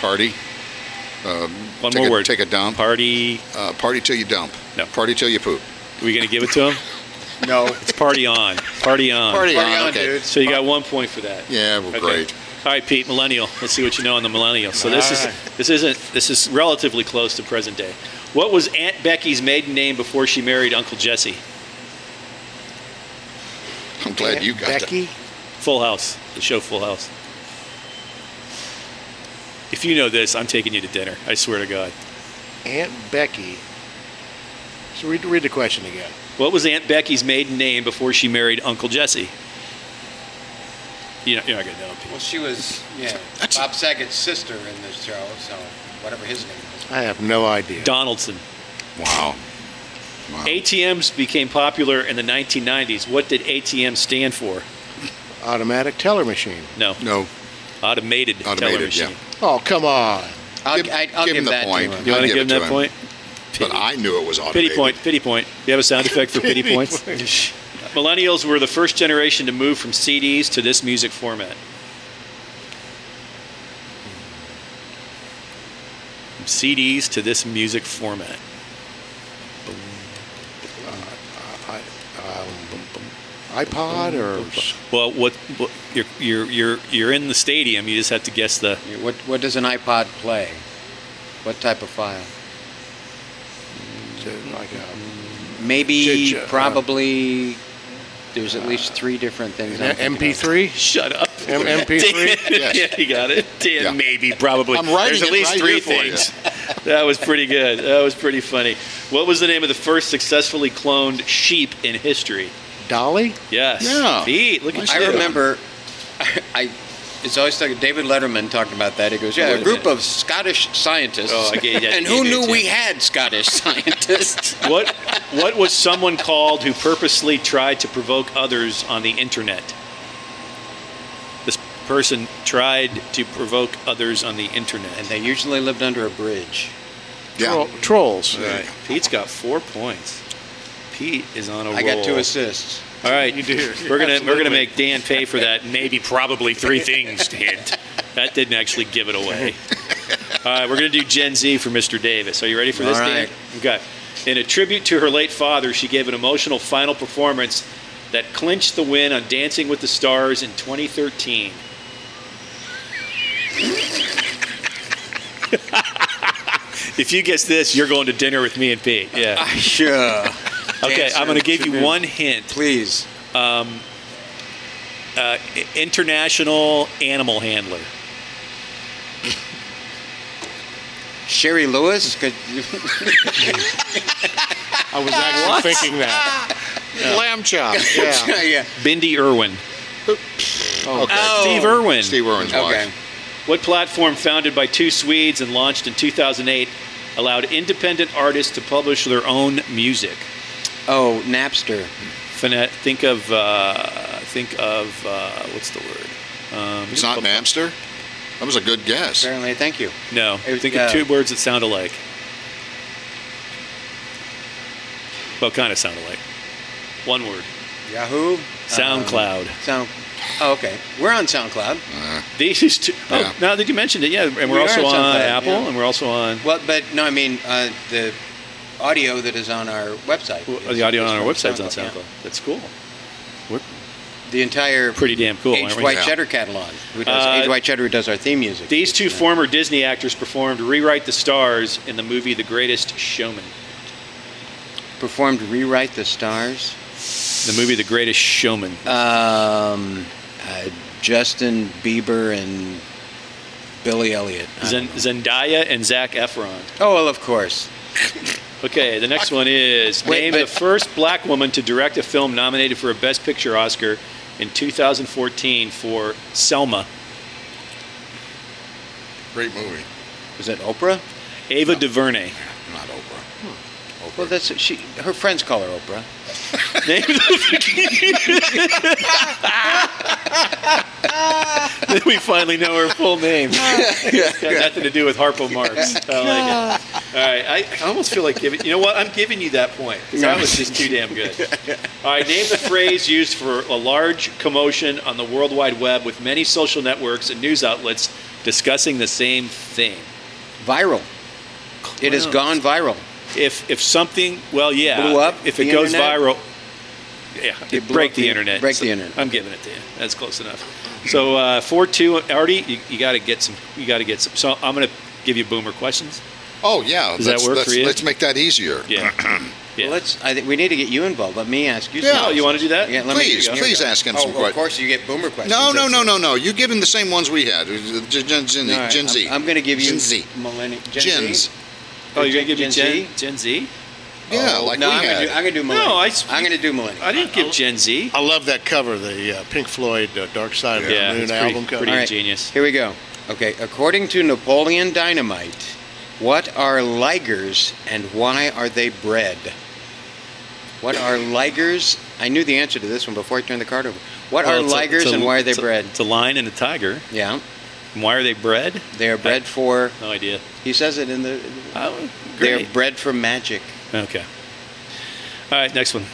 E: Party.
B: One
E: Take
B: more
E: a-
B: word.
E: Take a dump.
B: Party.
E: Uh, party till you dump.
B: No.
E: Party till you poop.
B: Are we going to give it to him?
C: No.
B: It's party on. Party on.
C: Party on, dude.
B: So you got one point for that.
E: Yeah, well, great.
B: All right, Pete, millennial. Let's see what you know on the millennial. So this is this isn't this is relatively close to present day. What was Aunt Becky's maiden name before she married Uncle Jesse?
E: I'm glad you got
D: Becky?
B: Full House, the show Full House. if you know this, I'm taking you to dinner. I swear to God.
D: Aunt Becky. So read, read the question again.
B: What was Aunt Becky's maiden name before she married Uncle Jesse? You know, you're not gonna know.
C: Well, she was yeah Bob Saget's sister in the show, so whatever his name was.
D: I have no idea.
B: Donaldson.
E: Wow. Wow.
B: ATMs became popular in the 1990s. What did ATM stand for?
D: Automatic teller machine.
B: No,
E: No.
B: automated, teller
E: Automated, yeah.
B: machine.
D: Oh, come on.
C: I'll,
E: Give-
C: I, I'll
E: give
C: give,
E: him the
C: that
E: point.
C: to him.
B: You want
E: I'd
B: to
E: give
B: give him that
E: it to him.
B: point?
E: But I knew it was automated.
B: Pity point, pity point. You have a sound effect for pity, points? Millennials were the first generation to move from CDs to this music format. From CDs to this music format.
D: iPod or
B: Well, what, what you're, you're, you're, you're in the stadium, you just have to guess the.
C: What what does an iPod play? What type of file?
D: uh, like a,
C: Maybe,
D: J- J- uh,
C: probably. There's at least three different things. I'm thinking of.
D: MP3?
B: Shut up.
D: M- MP3?
E: Yes.
B: yeah, you got it. Dan,
E: Yeah.
B: maybe, probably.
E: I'm writing
B: There's at
E: it
B: least
E: right
B: three
E: here for you.
B: things. that was pretty good. That was pretty funny. What was the name of the first successfully cloned sheep in history?
D: Dolly?
B: Yes.
E: Yeah.
B: Pete, look at
E: Nice
B: you.
C: I remember, I. It's always like David Letterman talked about that. He goes, "Yeah,
B: Wait
C: a
B: a
C: group
B: minute.
C: of Scottish scientists,
B: Oh, I get- yeah,
C: and
B: you
C: who
B: do
C: knew
B: too.
C: we had Scottish scientists?"
B: What what was someone called who purposely tried to provoke others on the internet? This person tried to provoke others on the
C: and
B: internet.
C: they usually lived under a bridge.
E: Yeah.
D: Tro- trolls.
B: Pete's got four points. Pete is on a roll.
C: I got two assists.
B: All right,
D: You do.
B: We're gonna we're
D: Absolutely.
B: gonna make Dan pay for that. Maybe probably three things hint. That didn't actually give it away. All right, we're gonna do Gen Z for Mr. Davis. Are you ready for this,
C: All
B: Dan? Okay. In a tribute to her late father, she gave an emotional final performance that clinched the win on Dancing with the Stars in 2013. if you guess this, you're going to dinner with me and Pete.
D: Ah,
B: Yeah.
C: Sure.
B: Okay, I'm going to give you
C: Tribute.
B: one hint.
C: Please.
B: uh, i- international animal handler.
C: Sherry Lewis? Could you,
D: I was actually thinking that.
E: Lamb chop.
D: Yeah.
C: yeah.
B: Bindi Irwin.
E: Okay.
B: Steve Irwin.
E: Steve Irwin's
C: Okay.
E: wife.
B: What platform founded by two Swedes and launched in 2008 allowed independent artists to publish their own music?
C: Oh, Napster.
B: Fina- think of uh, think of uh, what's the word? Um,
E: It's not Napster. That was a good guess.
C: Apparently, thank you.
B: No.
C: It was,
B: think
C: uh,
B: of two words that sound alike. Well, kind of sound alike. One word.
C: Um, Yahoo.
B: SoundCloud.
C: Um, sound. Oh, okay. We're on SoundCloud.
B: These two.
E: Yeah.
B: Oh, now that you mentioned it, yeah, and we're
C: We are
B: also
C: on
B: on
C: SoundCloud,
B: Apple,
C: yeah.
B: and we're also on
C: Well, but no, I mean uh, the audio that is on our website.
B: Well,
C: is-
B: the audio
C: is
B: on our
C: from
B: website's on
C: yeah.
B: SoundCloud. That's cool.
C: The entire
B: Pretty damn cool.
C: Aged
B: aren't we?
C: White
E: Yeah.
C: Cheddar catalog. Who does
B: Uh,
C: Aged White Cheddar? Who does our theme music? Uh,
B: These two former Disney actors performed "Rewrite the Stars" in the movie "The Greatest Showman."
C: performed "Rewrite the Stars."
B: The movie "The Greatest Showman."
C: Um, uh, Justin Bieber and Billy Elliot. I
B: Zen-
C: don't know.
B: Zendaya and Zach Efron.
C: oh well, of course.
B: Okay, the next one is
C: Wait,
B: name
C: but-
B: the first black woman to direct a film nominated for a Best Picture Oscar in 2014 for Selma.
E: Great movie.
C: Was that Oprah?
B: Ava DuVernay.
E: Not Oprah.
C: Well, that's she. Her friends call her Oprah.
B: Name then we finally know her full name. It's got nothing to do with Harpo Marx. I like it. All right, I, I almost feel like giving. You know what? I'm giving you that point because that was just too damn good. All right, name the phrase used for a large commotion on the World Wide Web with many social networks and news outlets discussing the same thing.
C: Viral. It has gone viral.
B: If if something, well, yeah,
C: Blew up
B: if it
C: the
B: goes
C: internet?
B: viral, yeah,
C: It
B: it
C: blew
B: break
C: up
B: the,
C: the-
B: internet.
C: break the
B: So
C: internet.
B: I'm giving it to you. That's close enough. So uh, four two, Artie, you, you got to get some. You got to get some. So I'm gonna give you boomer questions.
E: Oh yeah.
B: Does that
E: Let's-
B: work
E: let's-
B: for you?
E: Let's make that easier.
B: Yeah. Yeah.
C: Well, let's. I think we need to get you involved. Let me ask you.
E: Yeah.
B: Oh,
C: something.
B: you want to do that?
C: Yeah, let me.
E: Please,
C: here we
E: please
C: go.
E: ask him some
F: Oh, of
E: questions.
F: course, you get boomer questions.
E: No, no,
F: That's-
E: no, no, no. You give him the same ones we had. Gen, Gen, Gen,
C: All right,
E: Gen Z.
C: I'm, I'm going to give you
E: Gen Z.
C: millennial. Gen
E: Gens.
C: Z?
B: Oh, you're gonna give me Gen
C: Gen Z?
B: Gen Z?
E: Yeah,
C: Oh,
E: like
C: no,
E: we
C: I'm
E: had.
C: Gonna do, I'm going to do millennial.
B: No, I s-
C: am going to do millennial.
B: I didn't give Gen Z.
D: I love that cover, the uh, Pink Floyd uh, Dark Side of
B: Yeah,
D: the Moon
B: it's pretty-
D: album cover.
B: pretty-
C: All
B: ingenious.
C: Here we go. Okay, according to Napoleon Dynamite, what are ligers and why are they bred? What are ligers? I knew the answer to this one before I turned the card over. What
B: Well,
C: are
B: Oh, it's a-
C: ligers
B: it's a-
C: and why are they
B: it's a-
C: bred?
B: It's a lion and a tiger.
C: yeah,
B: And why are they bred?
C: they are bred for.
B: No idea.
C: He says it in the.
B: Oh,
C: They
B: great.
C: are bred for magic.
B: Okay. All right, next one.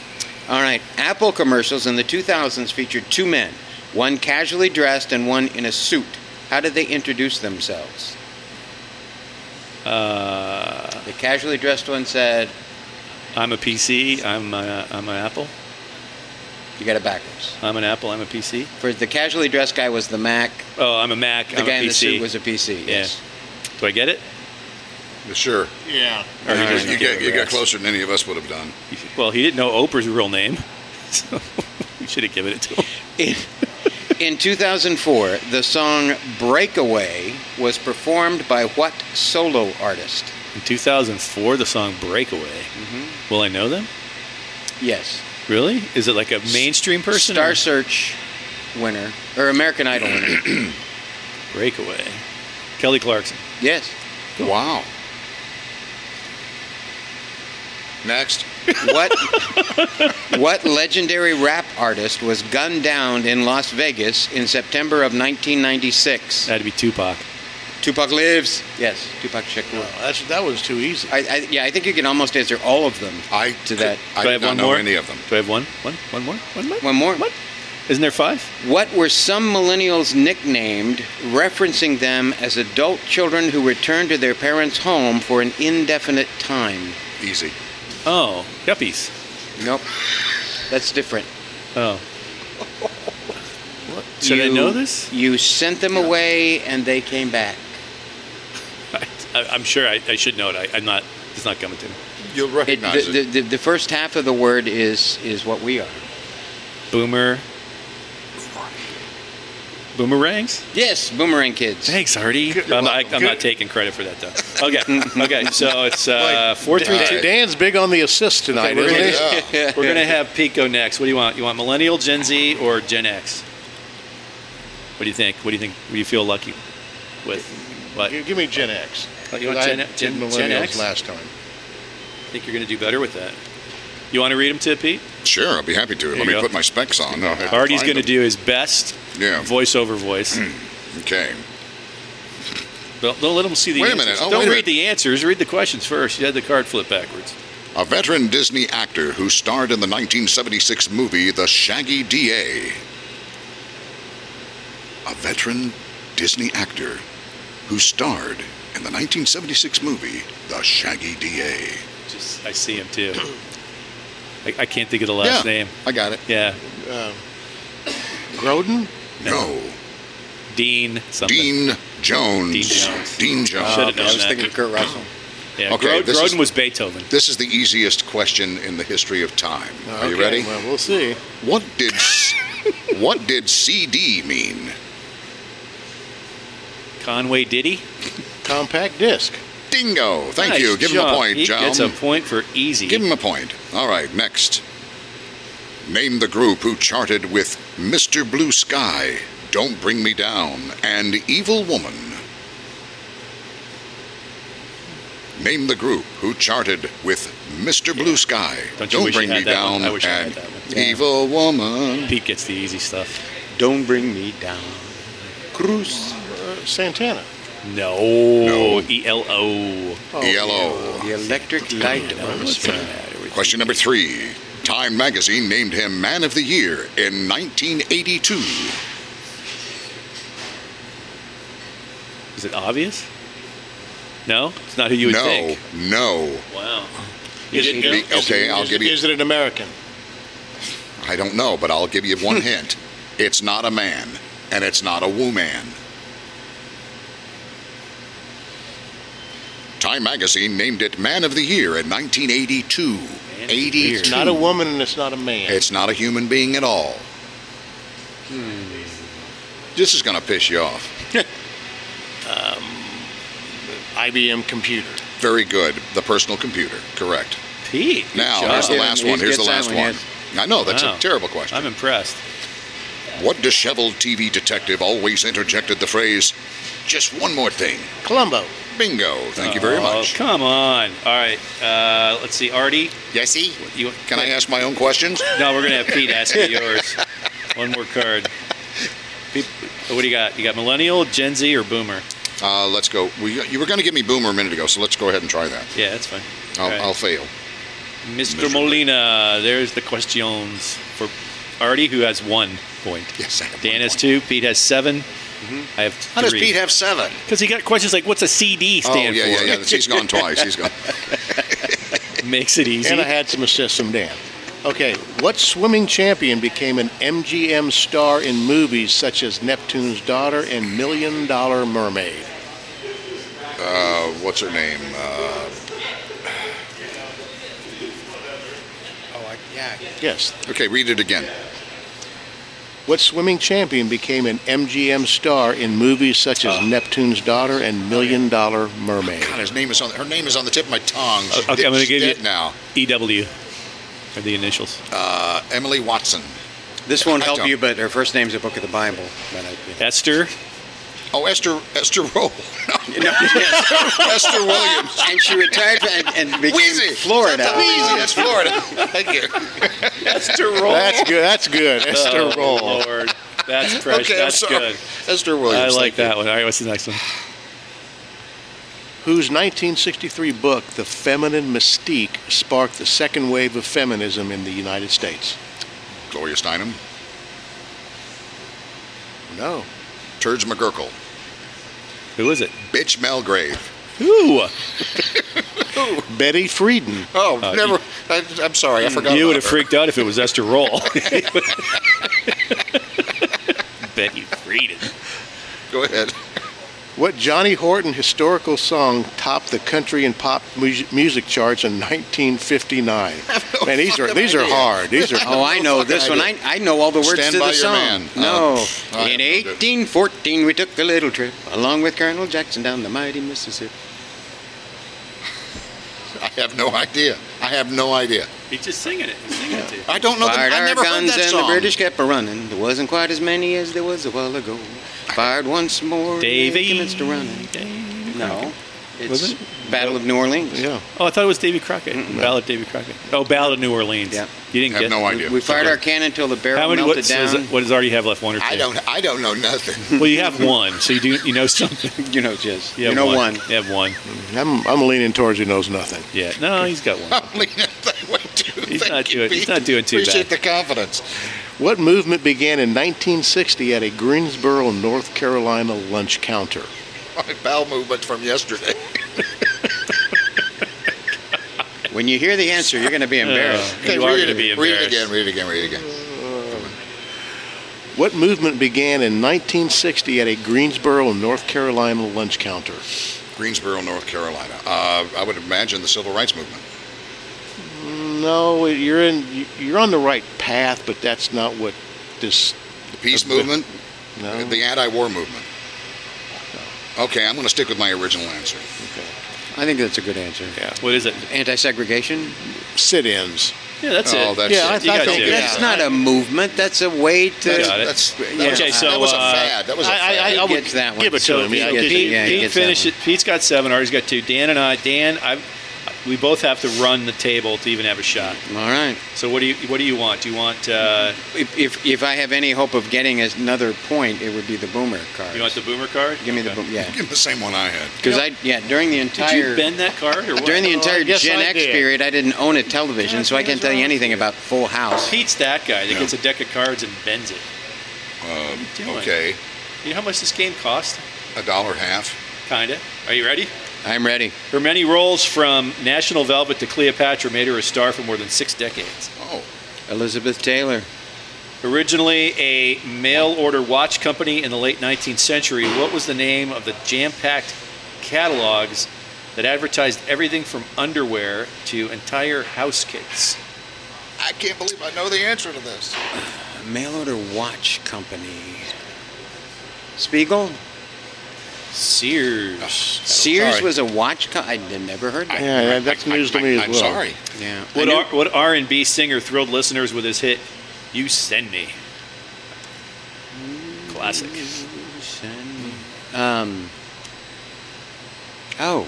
C: All right. Apple commercials in the 2000s featured two men, one casually dressed and one in a suit. How did they introduce themselves?
B: Uh,
C: The casually dressed one said,
B: I'm a PC. I'm a, I'm an Apple.
C: "You got it backwards."
B: I'm an Apple. I'm a PC.
C: For the casually dressed guy was the Mac.
B: Oh, I'm a Mac.
C: The
B: I'm
C: guy
B: a
C: in the
B: PC.
C: suit was a PC. Yes.
B: Do I get it?
E: Sure.
D: Yeah.
E: You,
C: All
E: just-
C: right.
E: you get, you got closer than any of us would have done.
B: Well, he didn't know Oprah's real name, so we should have given it to him.
C: In, in 2004, the song "Breakaway" was performed by what solo artist?
B: In 2004, the song "Breakaway."
C: Mm-hmm.
B: Will I know them?
C: Yes.
B: Really? Is it like a mainstream person?
C: Star
B: or-
C: Search winner or American Idol winner?
B: Breakaway. Kelly Clarkson.
C: yes.
E: Wow. Next.
C: What what legendary rap artist was gunned down in Las Vegas in September of 1996?
B: That'd be Tupac.
C: Tupac lives. Yes, Tupac Shakur.
D: That's, that was too easy.
C: I, I, yeah, I think you can almost answer all of them.
E: I
C: to
E: could-
C: that.
E: I
B: Do I
E: did
B: have
E: not
B: one
E: know
B: more?
E: any of them.
B: Do I have one? One? One more? One more?
C: One more.
B: What? Isn't there five?
C: What were some millennials nicknamed, referencing them as adult children who returned to their parents' home for an indefinite time?
E: Easy.
B: Oh, yuppies.
C: Nope, that's different.
B: Oh. Should I
C: You-
B: know this?
C: You sent them away and they came back.
B: I, I'm sure I, I should know it. I, I'm not. It's not coming to me.
E: You'll
C: It,
E: recognize it.
C: the, the, the, the first half of the word is is what we are.
B: Boomer. Boomerangs.
C: Yes, boomerang kids.
B: Thanks, Artie.
D: Good-
B: I'm, I, I'm
D: good-
B: not taking credit for that though. Okay. okay. So it's uh,
D: Like,
B: four three
D: Dan-
E: All right.
B: two.
D: Dan's big on the assist tonight,
B: we're
D: isn't he?
E: gonna-
B: We're gonna have Pico next. What do you want? You want millennial, Gen Z, or Gen X? What do you think? What do you think? What do you feel lucky with? What?
D: Give me Gen X.
B: Oh, you want
D: I
B: Gen-
D: did
B: Gen- Gen
D: millennials
B: X?
D: last time.
B: think you're going to do better with that. You want to read them to Pete?
E: Sure, I'll be happy to. Let
B: you
E: me
B: go.
E: put my specs on. No, I-
B: Artie's
E: find
B: going to
E: them.
B: do his best
E: Yeah.
B: voiceover voice.
E: Okay.
B: Don't, don't let him see the
E: Wait a
B: answers.
E: minute. Oh,
B: don't
E: wait a
B: read
E: minute.
B: the answers. Read the questions first. You had the card flip backwards.
E: A veteran Disney actor who starred in the 1976 movie The Shaggy DA. A veteran Disney actor who starred in the 1976 movie The Shaggy DA.
B: Just I see him too. I, I can't think of the last
E: Yeah,
B: name.
E: I got it.
B: Yeah,
D: Groden?
E: No.
B: Dean something.
E: Dean Jones.
B: Dean Jones.
E: Dean Jones.
B: Should've
C: I
B: known
C: was
B: that.
C: thinking of Kurt Russell.
B: Yeah,
E: Okay,
B: Gro-
E: this
B: Groden
E: is-
B: was Beethoven.
E: This is the easiest question in the history of time. Are you
D: Oh, Okay,
E: ready?
D: Well, we'll see.
E: What did what did CD mean?
B: Conway Diddy.
D: Compact disc.
E: Dingo. Thank
B: Nice
E: you. Give him
B: job.
E: a point,
B: He
E: John.
B: gets a point for easy.
E: Give him a point. All right, next. Name the group who charted with Mr. Blue Sky, Don't Bring Me Down, and Evil Woman. Name the group who charted with Mr. Blue Sky,
B: Don't
E: Don't,
B: you wish you
E: Bring
B: had
E: Me
B: that one?
E: Down,
B: I wish I had
E: and
B: that one.
E: Evil Woman.
B: Pete gets the easy stuff.
C: Don't bring me down. Cruz.
D: Uh, Santana.
B: No. E L O.
E: E ELO.
C: The electric light orchestra.
E: Question number three. Time magazine named him Man of the Year in 1982.
B: Is it obvious? No, it's not who you would
E: no,
B: think.
E: no.
B: Wow.
D: Is
B: didn't
D: it-
B: know?
E: Be- okay, I'll
D: is-
E: give you.
D: Is it an American?
E: I don't know, but I'll give you one hint. It's not a man, and it's not a woman. Time magazine named it Man of the Year in 1982,
B: Man
E: 82.
D: It's not a woman and it's not a man.
E: It's not a human being at all. This is going to piss you off.
D: IBM computer.
E: Very good. The personal computer. Correct.
B: Pete. good
E: Now,
B: job.
E: here's the
C: Yeah,
E: last
C: he
E: one. Here's
C: gets
E: the
C: that
E: last
C: one,
E: one.
C: yes.
E: I know, that's
B: Wow.
E: a terrible question.
B: I'm impressed.
E: What disheveled TV detective always interjected the phrase, just one more thing?
D: Columbo.
E: Bingo. Thank you very
B: Oh,
E: much.
B: Come on. All right. Uh, let's see. Artie,
E: Jesse,
B: you
E: can I ask my own questions?
B: No, we're gonna have Pete ask you yours. One more card. Pete, what do you got? You got millennial, Gen Z, or Boomer?
E: Uh, let's go. We, you were going to give me Boomer a minute ago, so let's go ahead and try that.
B: Yeah, that's fine.
E: I'll,
B: All right.
E: I'll fail.
B: Mr. Molina, there's the questions for Artie, who has one point.
E: Yes, I have
B: Dan
E: one
B: has
E: point.
B: two.
E: Mm-hmm.
B: Pete has 7 I have three.
E: How does Pete have seven?
B: Because he got questions like, "What's a CD
E: Oh, yeah,
B: stand
E: yeah,
B: for?"
E: yeah. He's gone twice. He's gone.
B: Makes it easy.
D: And I had some assists from Dan. Okay, what swimming champion became an MGM star in movies such as Neptune's Daughter and Million Dollar Mermaid?
E: Uh, what's her name? Uh,
C: Oh, I, yeah.
D: Yes.
E: okay, read it again.
D: What swimming champion became an MGM star in movies such as Neptune's Daughter and Million Dollar Mermaid?
E: God, his name is on. Her name is on the tip of my tongue. She's
B: Uh, okay, I'm gonna
E: she's
B: give you-
E: dead now.
B: EW E are the initials.
E: Uh, Emily Watson.
C: This won't
E: I
C: help
E: don't.
C: you, but her first name's a book of the Bible. But I,
B: Esther.
E: Oh, Esther. Esther Roll.
C: you know. No, yes.
E: Esther Williams.
C: and she retired and, and became
E: Wheezy.
C: Florida.
E: That's Wheezy. That's Florida. Thank you.
B: Esther Roll.
D: That's good. That's good. Esther
B: oh,
D: Roll.
B: Lord. That's fresh.
E: Okay,
B: That's
E: I'm sorry.
B: good.
E: Esther
B: I
E: Williams.
B: like
E: thank you.
B: that one. All right, what's the next one?
D: whose 1963 book, The Feminine Mystique, sparked the second wave of feminism in the United States?
E: Gloria Steinem.
D: No.
E: Turds McGurkle.
B: Who is it?
E: Bitch Melgrave.
B: Ooh.
D: Betty Friedan.
E: Oh, never. I, I'm sorry. I forgot.
B: Uh, You
E: about
B: would have
E: her.
B: freaked out if it was Esther Roll. Bet you freed it.
E: Go ahead.
D: What Johnny Horton historical song topped the country and pop mu- music charts in 1959? Man, these are these are hard. These are
C: Oh, I know this one. I, I know all the words
E: Stand
C: to
E: by
C: the
E: your
C: song.
E: man.
C: No.
E: Uh, I
C: In
E: don't know.
C: 1814, we took a little trip along with Colonel Jackson down the mighty Mississippi.
E: I have no idea. I have no idea.
B: He's just singing it. He's singing it to you.
E: I don't know. The,
C: Fired
E: I
C: our
E: never heard
C: guns
E: that
C: and
E: song.
C: the British kept a running. There wasn't quite as many as there was a while ago. Fired once more. they
B: Davy.
C: Commenced a running.
B: Davy
C: No.
B: Crockett.
C: It's
B: Was it?
C: Battle of New Orleans.
D: yeah.
B: Oh, I thought it was Davy Crockett. Ballad of Davy Crockett. Oh, Ballad of New Orleans.
C: Yeah.
B: You didn't
E: I have
B: get
E: no
C: We,
E: idea.
C: we fired our cannon till the barrel
B: How many?
C: melted
B: What, so is
C: down.
B: it- what does already have left? One or two?
E: I don't. I don't know nothing.
B: Well, you have one, so you do. You know something.
C: you know, just
B: have
C: you know one.
B: You have one.
D: I'm, I'm leaning towards who knows nothing.
B: Yeah. No, he's got one.
E: I'm leaning that way too.
B: He's
E: Thank
B: not
E: you,
B: doing-
E: Pete.
B: he's not doing too
E: Appreciate
B: bad.
E: the confidence.
D: What movement began in 1960 at a Greensboro, North Carolina lunch counter?
E: My bowel movement from yesterday.
C: When you hear the answer, you're going to be embarrassed.
B: you are
E: read
B: gonna
E: it.
B: be
E: Read it
B: embarrassed.
E: again. Read it again. Read it again.
D: What movement began in 1960 at a Greensboro, North Carolina lunch counter?
E: Greensboro, North Carolina. Uh, I would imagine the civil rights movement.
D: No, you're in you're on the right path, but that's not what this.
E: The peace
D: The-
E: movement.
D: No.
E: The anti-war movement. Okay, I'm going to stick with my original answer.
C: I think that's a good answer.
D: Yeah.
B: What is it?
C: Anti-segregation.
D: Sit-ins.
B: Yeah, that's
E: oh,
B: it.
E: that's
D: Yeah, I
E: it.
B: You got
D: thought
B: two.
D: that-
C: That's not a movement. That's a way to.
B: That's- Got it.
E: That's, that
C: Yeah.
E: was a-
C: Okay,
B: so,
E: that was a
B: uh,
E: fad. That was a
D: I- I-
E: fad.
D: I-
C: He gets that one.
D: give it to
B: So
D: him.
B: Pete,
D: Yeah, I get
B: Pete,
D: it.
C: Yeah, he
B: Pete
C: gets that
B: finished
C: one.
B: it. Pete's got seven. Artie's got two. Dan and I. Dan, I. We both have to run the table to even have a shot.
C: All right.
B: So what do you what do you want? Do you want uh,
C: If, if, if I have any hope of getting another point, it would be the boomer card.
B: you want the boomer card?
C: Give me the
B: Okay.
C: boom. Yeah.
E: Give him the same one I had.
C: Because I yeah during the
B: Did you
C: entire
B: bend that card or what?
C: during the
D: Oh, I
C: entire
D: guess
C: Gen
D: I
C: X
D: did.
C: period, I didn't own a television, so I can't tell you anything about Full House.
B: Pete's that guy that gets a deck of cards and bends it. What are you doing?
E: Okay,
B: You know how much this game cost?
E: a dollar half.
B: Kinda. Are you ready?
C: I'm ready.
B: Her many roles from National Velvet to Cleopatra made her a star for more than six decades.
E: Oh,
C: Elizabeth Taylor,
B: Originally a mail order watch company in the late 19th century, what was the name of the jam packed catalogs that advertised everything from underwear to entire house kits.
E: I can't believe I know the answer to this.
C: Mail order watch company. Spiegel?
B: Sears.
C: Sears
E: sorry.
C: was a watch company. I'd never heard that.
D: Yeah, yeah, that's
E: I-
D: news to
E: I-
D: me as
E: I'm
D: well.
E: sorry.
C: yeah. I
B: What
C: knew-
B: R, what R and B singer thrilled listeners with his hit "You Send Me"? Classic.
C: Um, oh,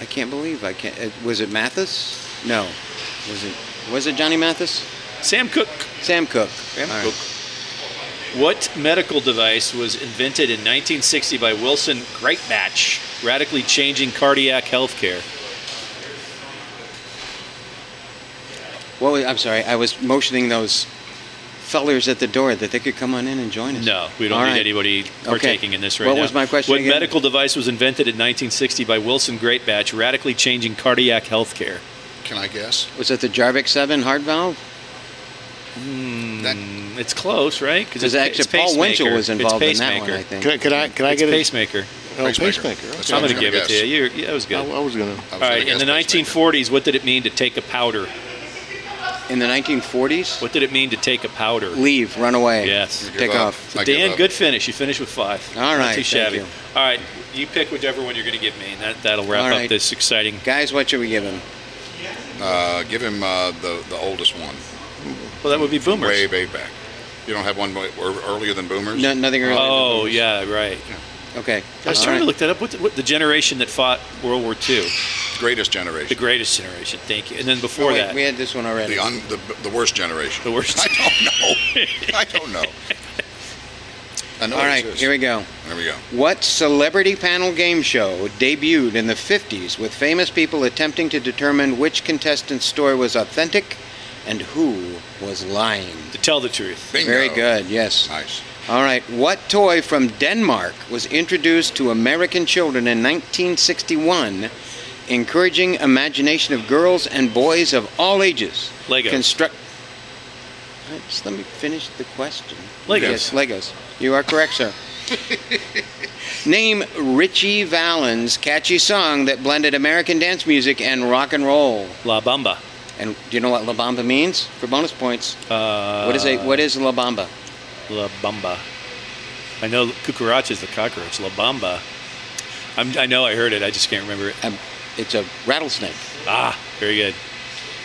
C: I can't believe I can't. It, was it Mathis? No. Was it? Was it Johnny Mathis?
B: Sam Cooke.
C: Sam Cook. All right.
B: What medical device was invented in 1960 by Wilson Greatbatch, radically changing cardiac healthcare?
C: What was, I'm sorry. I was motioning those fellers at the door that they could come on in and join us.
B: No, we don't
C: All
B: need
C: right.
B: anybody partaking in this right
C: What
B: now.
C: was my question
B: What
C: again?
B: medical device was invented in 1960 by Wilson Greatbatch, radically changing cardiac healthcare?
E: Can I guess?
C: Was it the Jarvik Seven heart valve?
E: That,
B: Mm, It's close, right?
C: Because
B: it's-
C: actually,
B: it's
C: Paul
B: pacemaker.
C: Winchell was
B: It's
C: involved in that one.
B: pacemaker.
C: I think.
D: Can, I- can I can I
B: It's
D: get a
B: pacemaker.
D: Oh,
E: Pacemaker.
D: pacemaker.
E: That's what
D: okay.
B: I'm going
E: I
B: to give
E: was gonna
B: it to
E: guess.
B: you. You're, yeah, that was good.
D: I, I was gonna.
E: I was
B: All right,
E: gonna
B: in the
E: guess pacemaker.
B: 1940s, what did it mean to take a powder?
C: In the 1940s.
B: What did it mean to take a powder?
C: Leave. Run away.
B: Yes.
E: Give
C: Take
E: up.
C: off.
E: I give
B: Dan,
E: up.
B: good finish. You finished with five.
C: All
B: Not
C: right,
B: too
C: thank
B: shabby.
C: you.
B: All right, you pick whichever one you're going to give me, and that, that'll wrap
C: All
B: up
C: right.
B: this exciting.
C: Guys, what should we give him?
E: Uh, give him uh, the the oldest one.
B: Well, that would be boomers.
E: Way way back. You don't have one way, or earlier than boomers.
C: No, nothing early.
B: Oh yeah, right.
C: Okay.
B: I was
C: All
B: trying
C: right.
B: to look that up. What the, what the generation that fought World War II? The
E: Greatest generation.
B: greatest generation. Thank you. And then
C: Oh,
B: before
C: wait,
B: that,
C: we had this one already.
E: The, un, the the worst generation.
B: The worst.
E: I don't know. I don't know. I know
C: All
E: it
C: right,
E: exists.
C: here we go.
E: There we go.
C: What celebrity panel game show debuted in the 50s with famous people attempting to determine which contestant's story was authentic and who was lying?
B: to tell the truth.
E: Bingo.
C: Very good, yes.
E: Nice.
C: All right, what toy from Denmark was introduced to American children in 1961, encouraging imagination of girls and boys of all ages?
B: Legos.
C: Construct. All right, Just let me finish the question.
B: Legos.
C: Yes, Legos. You are correct, sir. Name Richie Valens' catchy song that blended American dance music and rock and roll.
B: La Bamba.
C: And do you know what La Bamba means? For bonus points,
B: Uh,
C: what is a what is La Bamba?
B: La Bamba. I know cucaracha is the cockroach. La Bamba. I'm, I know I heard it. I just can't remember it.
C: Um, it's a rattlesnake.
B: Ah, very good.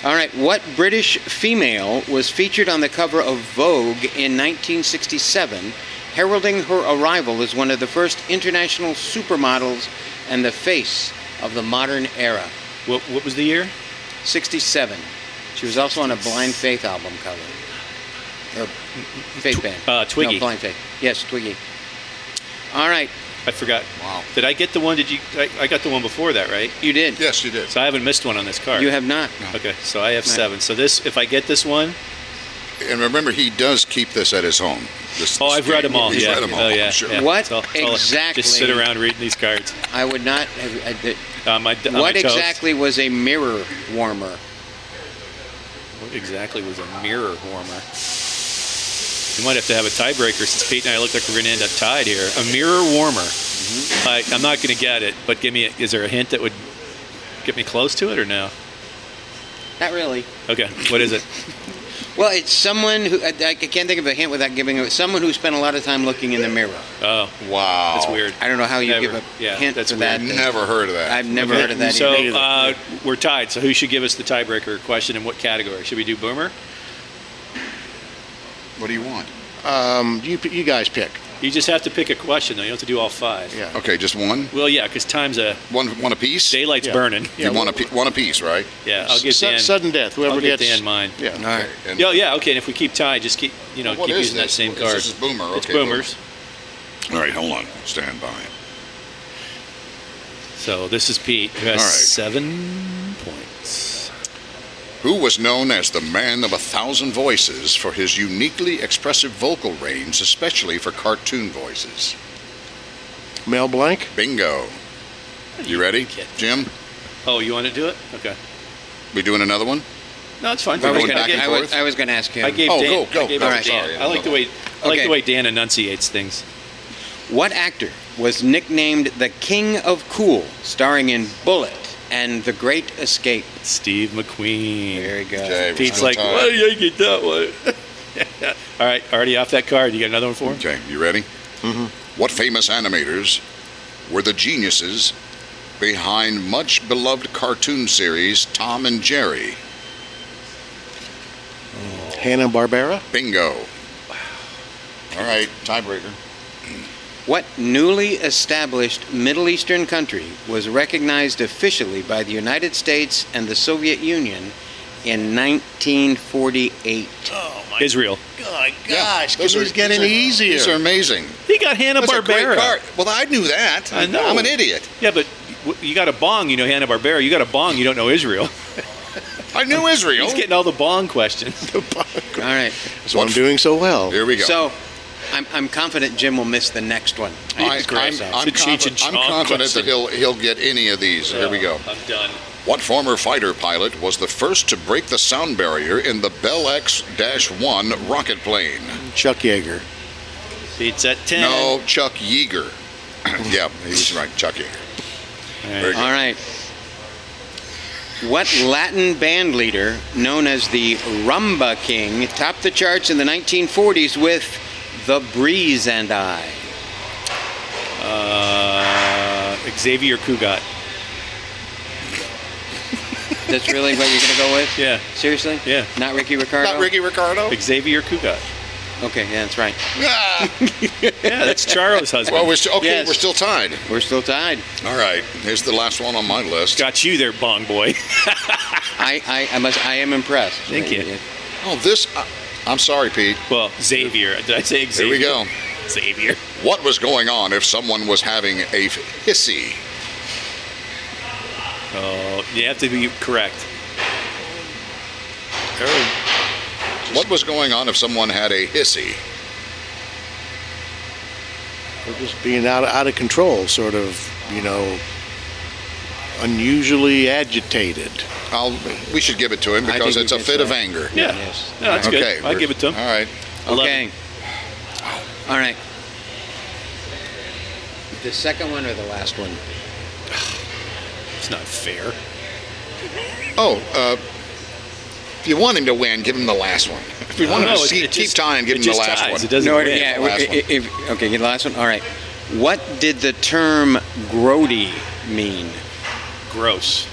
C: All right, what British female was featured on the cover of Vogue in 1967, heralding her arrival as one of the first international supermodels and the face of the modern era?
B: What, what was the year?
C: 67. She was also on a Blind Faith album cover. Or Faith Band.
B: uh, Twiggy.
C: No, Blind Faith. Yes, Twiggy. All right,
B: I forgot.
E: Wow.
B: Did I get the one? Did you? I, I got the one before that, right?
C: you did.
E: Yes, you did.
B: So I haven't missed one on this card.
C: You have not.
B: Okay, so I have seven. So this, if I get this one,
E: And remember, he does keep this at his home. This,
B: oh,
E: this
B: I've read
E: game.
B: them all.
E: He's
B: yeah.
E: read them all.
B: Oh, yeah.
E: I'm sure.
B: yeah.
C: What
B: So I'll-
C: exactly-
B: Just sit around reading these cards.
C: I would not have. I,
B: Um, I, on
C: I, what
B: my toes.
C: exactly was a mirror warmer?
B: What exactly was a mirror warmer? You might have to have a tiebreaker since Pete and I look like we're going to end up tied here. A mirror warmer.
D: Mm-hmm.
B: I, I'm not going to get it, but give me. A, is there a hint that would get me close to it or no?
C: Not really.
B: Okay, what is it?
C: Well, it's someone who I, I can't think of a hint without giving it. Someone who spent a lot of time looking in the mirror.
B: Oh,
E: Wow.
B: that's weird.
C: I don't know how you
B: Never.
C: give a
B: Yeah,
C: hint
B: that's
C: for
E: I
C: that.
E: never heard of that.
C: I've never heard of that.
B: so
C: either.
B: uh, we're tied. So who should give us the tiebreaker question in what category? Should we do Boomer?
E: what do you want?
D: Um, you you guys pick.
B: You just have to pick a question, though. You don't have to do all five.
D: Yeah.
E: Okay, just one.
B: Well, yeah, because time's a
E: One, one apiece.
B: daylight's
D: Yeah.
B: burning.
E: you want a pe- one apiece, right?
B: Yeah, I'll give
D: Su-
B: Dan.
D: sudden death. Whoever
B: I'll give
D: gets
B: Dan mine.
D: Yeah.
E: All right. And
B: Yeah, yeah, okay. And if we keep tied, just keep you know
E: What
B: keep
E: is
B: using that
E: this?
B: same
E: What is
B: card.
E: this? This is Boomer.
B: It's
E: Okay,
B: boomers.
E: All right, hold on. Stand by.
B: So this is Pete, who has
E: All right.
B: seven points.
E: Who was known as the man of a thousand voices for his uniquely expressive vocal range, especially for cartoon voices?
D: Mel Blanc.
E: Bingo. You ready,
B: kidding.
E: Jim?
B: Oh, you want to do it? Okay.
E: We doing another one?
B: No, it's fine.
E: We're
B: Okay,
E: going
B: I
E: back
B: gave,
E: and
C: I
E: forth.
C: was, I was going to ask him.
B: I gave
E: Oh,
B: Dan.
E: go, go,
B: I gave it
E: go.
B: to
E: Sorry,
B: Dan.
E: I
B: I like the way I like
C: Okay.
B: the way Dan enunciates things.
C: what actor was nicknamed the King of Cool, starring in Bullet and The Great Escape.
B: Steve McQueen.
C: There you go.
E: Okay, we're
B: Pete's
E: still
B: like,
E: tied.
B: why did I get that one? All right, already off that card. You got another one for him?
E: Okay, you ready?
B: Mm-hmm.
E: What famous animators were the geniuses behind much beloved cartoon series Tom and Jerry?
D: Hanna Barbera.
E: Bingo. All right, tiebreaker.
C: What newly established Middle Eastern country was recognized officially by the United States and the Soviet Union in 1948?
D: Oh my
B: Israel.
D: God,
E: Yeah,
D: gosh,
E: those
D: this
E: are-
D: is getting
E: these are-
D: easier.
E: These are amazing.
B: He got Hanna
E: That's a great
B: Barbera.
E: card. Well, I knew that.
B: I know.
E: I'm an idiot.
B: Yeah, but w- you got a bong, you know Hanna Barbera. You got a bong, you don't know Israel.
E: I knew Israel.
B: He's getting all the bong questions.
C: All right.
D: That's why I'm doing so well.
E: Here we go.
C: So I'm, I'm confident Jim will miss the next one.
E: I, am
C: So-
B: It's a Cheech and
E: confident,
B: Chong
E: I'm confident
B: question.
E: that he'll he'll get any of these. Here we go.
B: I'm done.
E: What former fighter pilot was the first to break the sound barrier in the Bell X-1 rocket plane?
D: Chuck Yeager.
B: Pete's at 10.
E: No, Chuck Yeager. yeah, he was right, Chuck Yeager. Very good.
C: All right. What Latin band leader, known as the Rumba King, topped the charts in the 1940s with The Breeze and I?
B: Uh, Xavier Cugat.
C: That's really what you're going to go with?
B: Yeah.
C: Seriously?
B: Yeah.
C: Not Ricky Ricardo?
E: Not Ricky Ricardo.
B: Xavier Cugat.
C: Okay, yeah, that's right.
E: Ah,
B: Yeah, that's Charo's husband.
E: well, we're still, okay.
C: Yes.
E: We're still tied.
C: We're still tied.
E: All right. Here's the last one on my list.
B: got you there, bong boy.
C: I, I, I must. I am impressed.
B: Thank you.
E: Oh, this. I, I'm sorry, Pete.
B: Well, Xavier. Did I say
E: Here
B: Xavier?
E: we go.
B: Xavier.
E: What was going on if someone was having a hissy?
B: Oh, you have to be correct.
E: What was going on if someone had a hissy?
D: Or just being out out of control, sort of, you know, unusually agitated.
E: I'll, we should give it to him
C: I
E: because it's
C: think you
E: a
C: did
E: fit of
C: that.
E: anger.
B: Yeah.
C: Yes.
B: No, that's
E: okay.
B: good. I give it to him.
E: All right.
B: Eleven.
C: Okay. All right. The second one or the last one?
B: It's not fair.
E: Oh, uh, if you want him to win, give him the last one. If you want him
B: No,
E: to
B: it-
E: see,
B: it
E: keep
B: just-
E: tying, give
B: it
E: him the
B: just
E: last
B: ties.
E: one.
B: It doesn't
C: No,
B: win.
C: yeah.
E: Last
C: i- i- if- okay, get the last one. All right. What did the term grody mean?
B: Gross.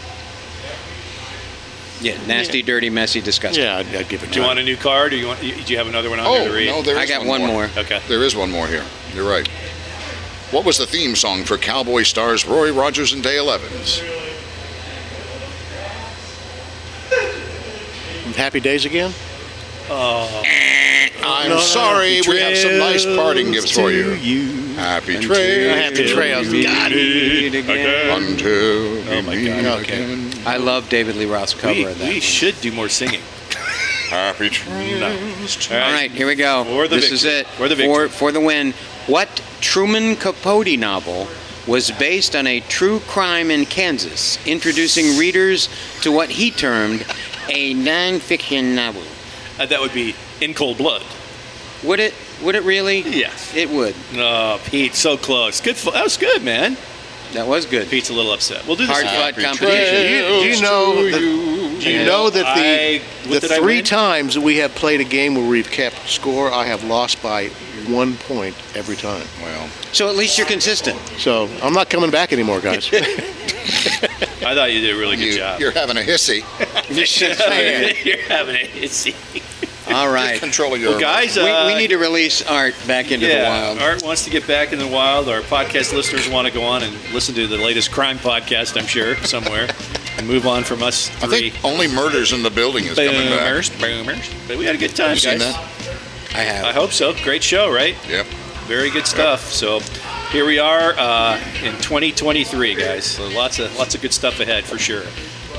C: Yeah, nasty, dirty, messy, disgusting.
D: Yeah, I'd, I'd give it to
B: Do you
D: him.
B: want a new card, or you want? you- Do you have another one on
E: oh,
B: there to read?
E: no, there
C: I
E: is
C: got
E: one
C: one
E: more.
C: more.
B: Okay.
E: There is one more here. You're right. What was the theme song for Cowboy stars Roy Rogers and Dale Evans?
D: Happy Days again?
E: I'm sorry, we have some nice parting gifts for you. Happy trail,
D: Happy Trails. God.
C: Read again.
E: until we
B: Oh, my
E: meet
B: God, okay.
E: again.
C: I love David Lee Roth's cover
B: We,
C: of that.
B: we should do more singing.
E: Happy trail. Mm-hmm.
C: All right, here we go.
B: For the
C: this
B: victory.
C: is it.
B: For the victory.
C: for, for the win. What Truman Capote novel was based on a true crime in Kansas, introducing readers to what he termed a nonfiction novel?
B: Uh, that would be in cold blood.
C: Would it? Would it really?
B: Yes.
C: It would.
B: Oh, Pete, so close. Good. fo- That was good, man.
C: That was good.
B: Pete's a little upset. We'll do this.
C: Hard
B: again.
C: fought competition.
D: Do you, do you know that, do you know that the,
B: I- what
D: the
B: did I
D: three
B: win?
D: times that we have played a game where we've kept score, I have lost by one point every time.
E: Well,
C: So at least you're consistent.
D: So I'm not coming back anymore, guys.
B: I thought you did a really good
E: you,
B: job.
E: you're having a hissy.
B: You're having a hissy.
C: All right.
E: Control your
B: Guys,
C: We,
B: uh,
C: we need to release Art back into
B: yeah,
C: the wild.
B: Art wants to get back in the wild. Our podcast listeners want to go on and listen to the latest crime podcast, I'm sure, somewhere, and move on from us
E: I
B: three
E: think only murders in the building is coming back.
B: boomers. Boomers. But we had a good time,
E: You seen
B: guys.
E: that?
C: I have.
B: I hope so. Great show, right?
E: Yep.
B: Very good stuff. So here we are uh, in 2023, guys. So lots of lots of good stuff ahead for sure.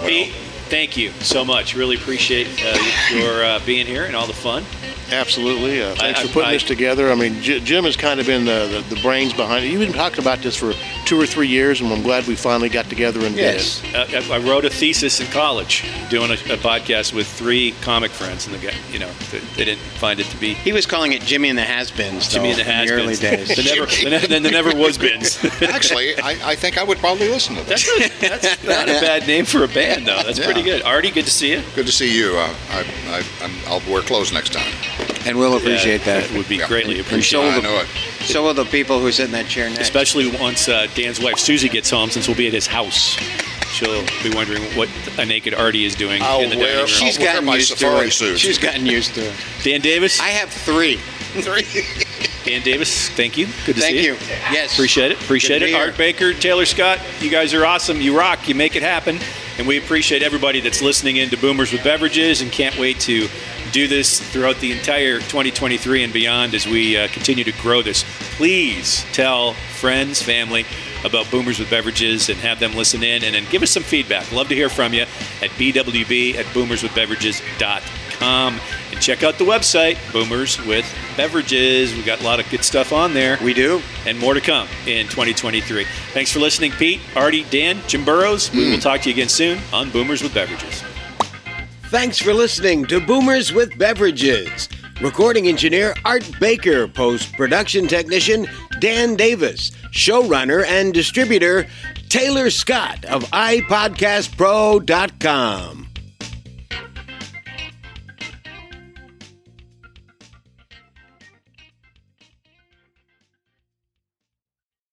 B: Pete, thank you so much. Really appreciate uh, your uh, being here and all the fun.
D: Absolutely. Uh, thanks
B: I-
D: for putting
B: I-
D: this together. I mean, J- Jim has kind of been the, the, the brains behind it. You've been talking about this for two or three years, and I'm glad we finally got together and
C: Yes.
D: did
B: Uh, I I wrote a thesis in college doing a, a podcast with three comic friends, and the guy, you know, th- they didn't find it to be
C: He was calling it Jimmy and the Has-Beens. though,
B: Jimmy and the
C: in
B: Has-Beens.
C: early
B: The
C: days.
B: never, the, ne- the, never was bins.
E: Actually, I, I think I would probably listen to
B: That's,
E: this.
B: a, that's not a bad name for a band, though. That's
E: Yeah.
B: pretty good. Artie, good to see you.
E: Good to see you. Uh, I, I, I'm, I'll wear clothes next time.
C: and we'll appreciate
B: Yeah,
C: that.
B: It Uh, would be
E: Yeah.
B: greatly
E: And
B: appreciated.
C: All
E: I
C: the-
E: know it.
C: So will the people who sit in that chair next.
B: Especially once uh, Dan's wife Susie gets home, since we'll be at his house. She'll be wondering what a naked Artie is doing
C: Oh,
E: I'll
B: in the
E: wear-
B: dining room.
E: She-
C: She's
E: I'll wear
C: gotten
E: my
C: used to
E: safari
C: it.
E: suit.
C: She's gotten used to it.
B: Dan Davis.
C: I have three.
B: Dan Davis, thank you. Good to
C: Thank
B: see
C: you. Yes.
B: Appreciate it. Appreciate
C: Good to
B: it.
C: be here.
B: Art Baker, Taylor Scott, you guys are awesome. You rock. You make it happen. And we appreciate everybody that's listening in to Boomers with Beverages and can't wait to do this throughout the entire 2023 and beyond as we uh, continue to grow this. Please tell friends, family about Boomers with Beverages and have them listen in and then give us some feedback. Love to hear from you at bwb at boomerswithbeverages.com. And check out the website, Boomers with Beverages. We've got a lot of good stuff on there
C: We do.
B: and more to come in 2023. Thanks for listening, Pete, Artie, Dan, Jim Burrows. We
C: Mm.
B: will talk to you again soon on Boomers with Beverages.
A: Thanks for listening to Boomers with Beverages. Recording engineer Art Baker, post production technician Dan Davis, showrunner and distributor Taylor Scott of iPodcastPro.com.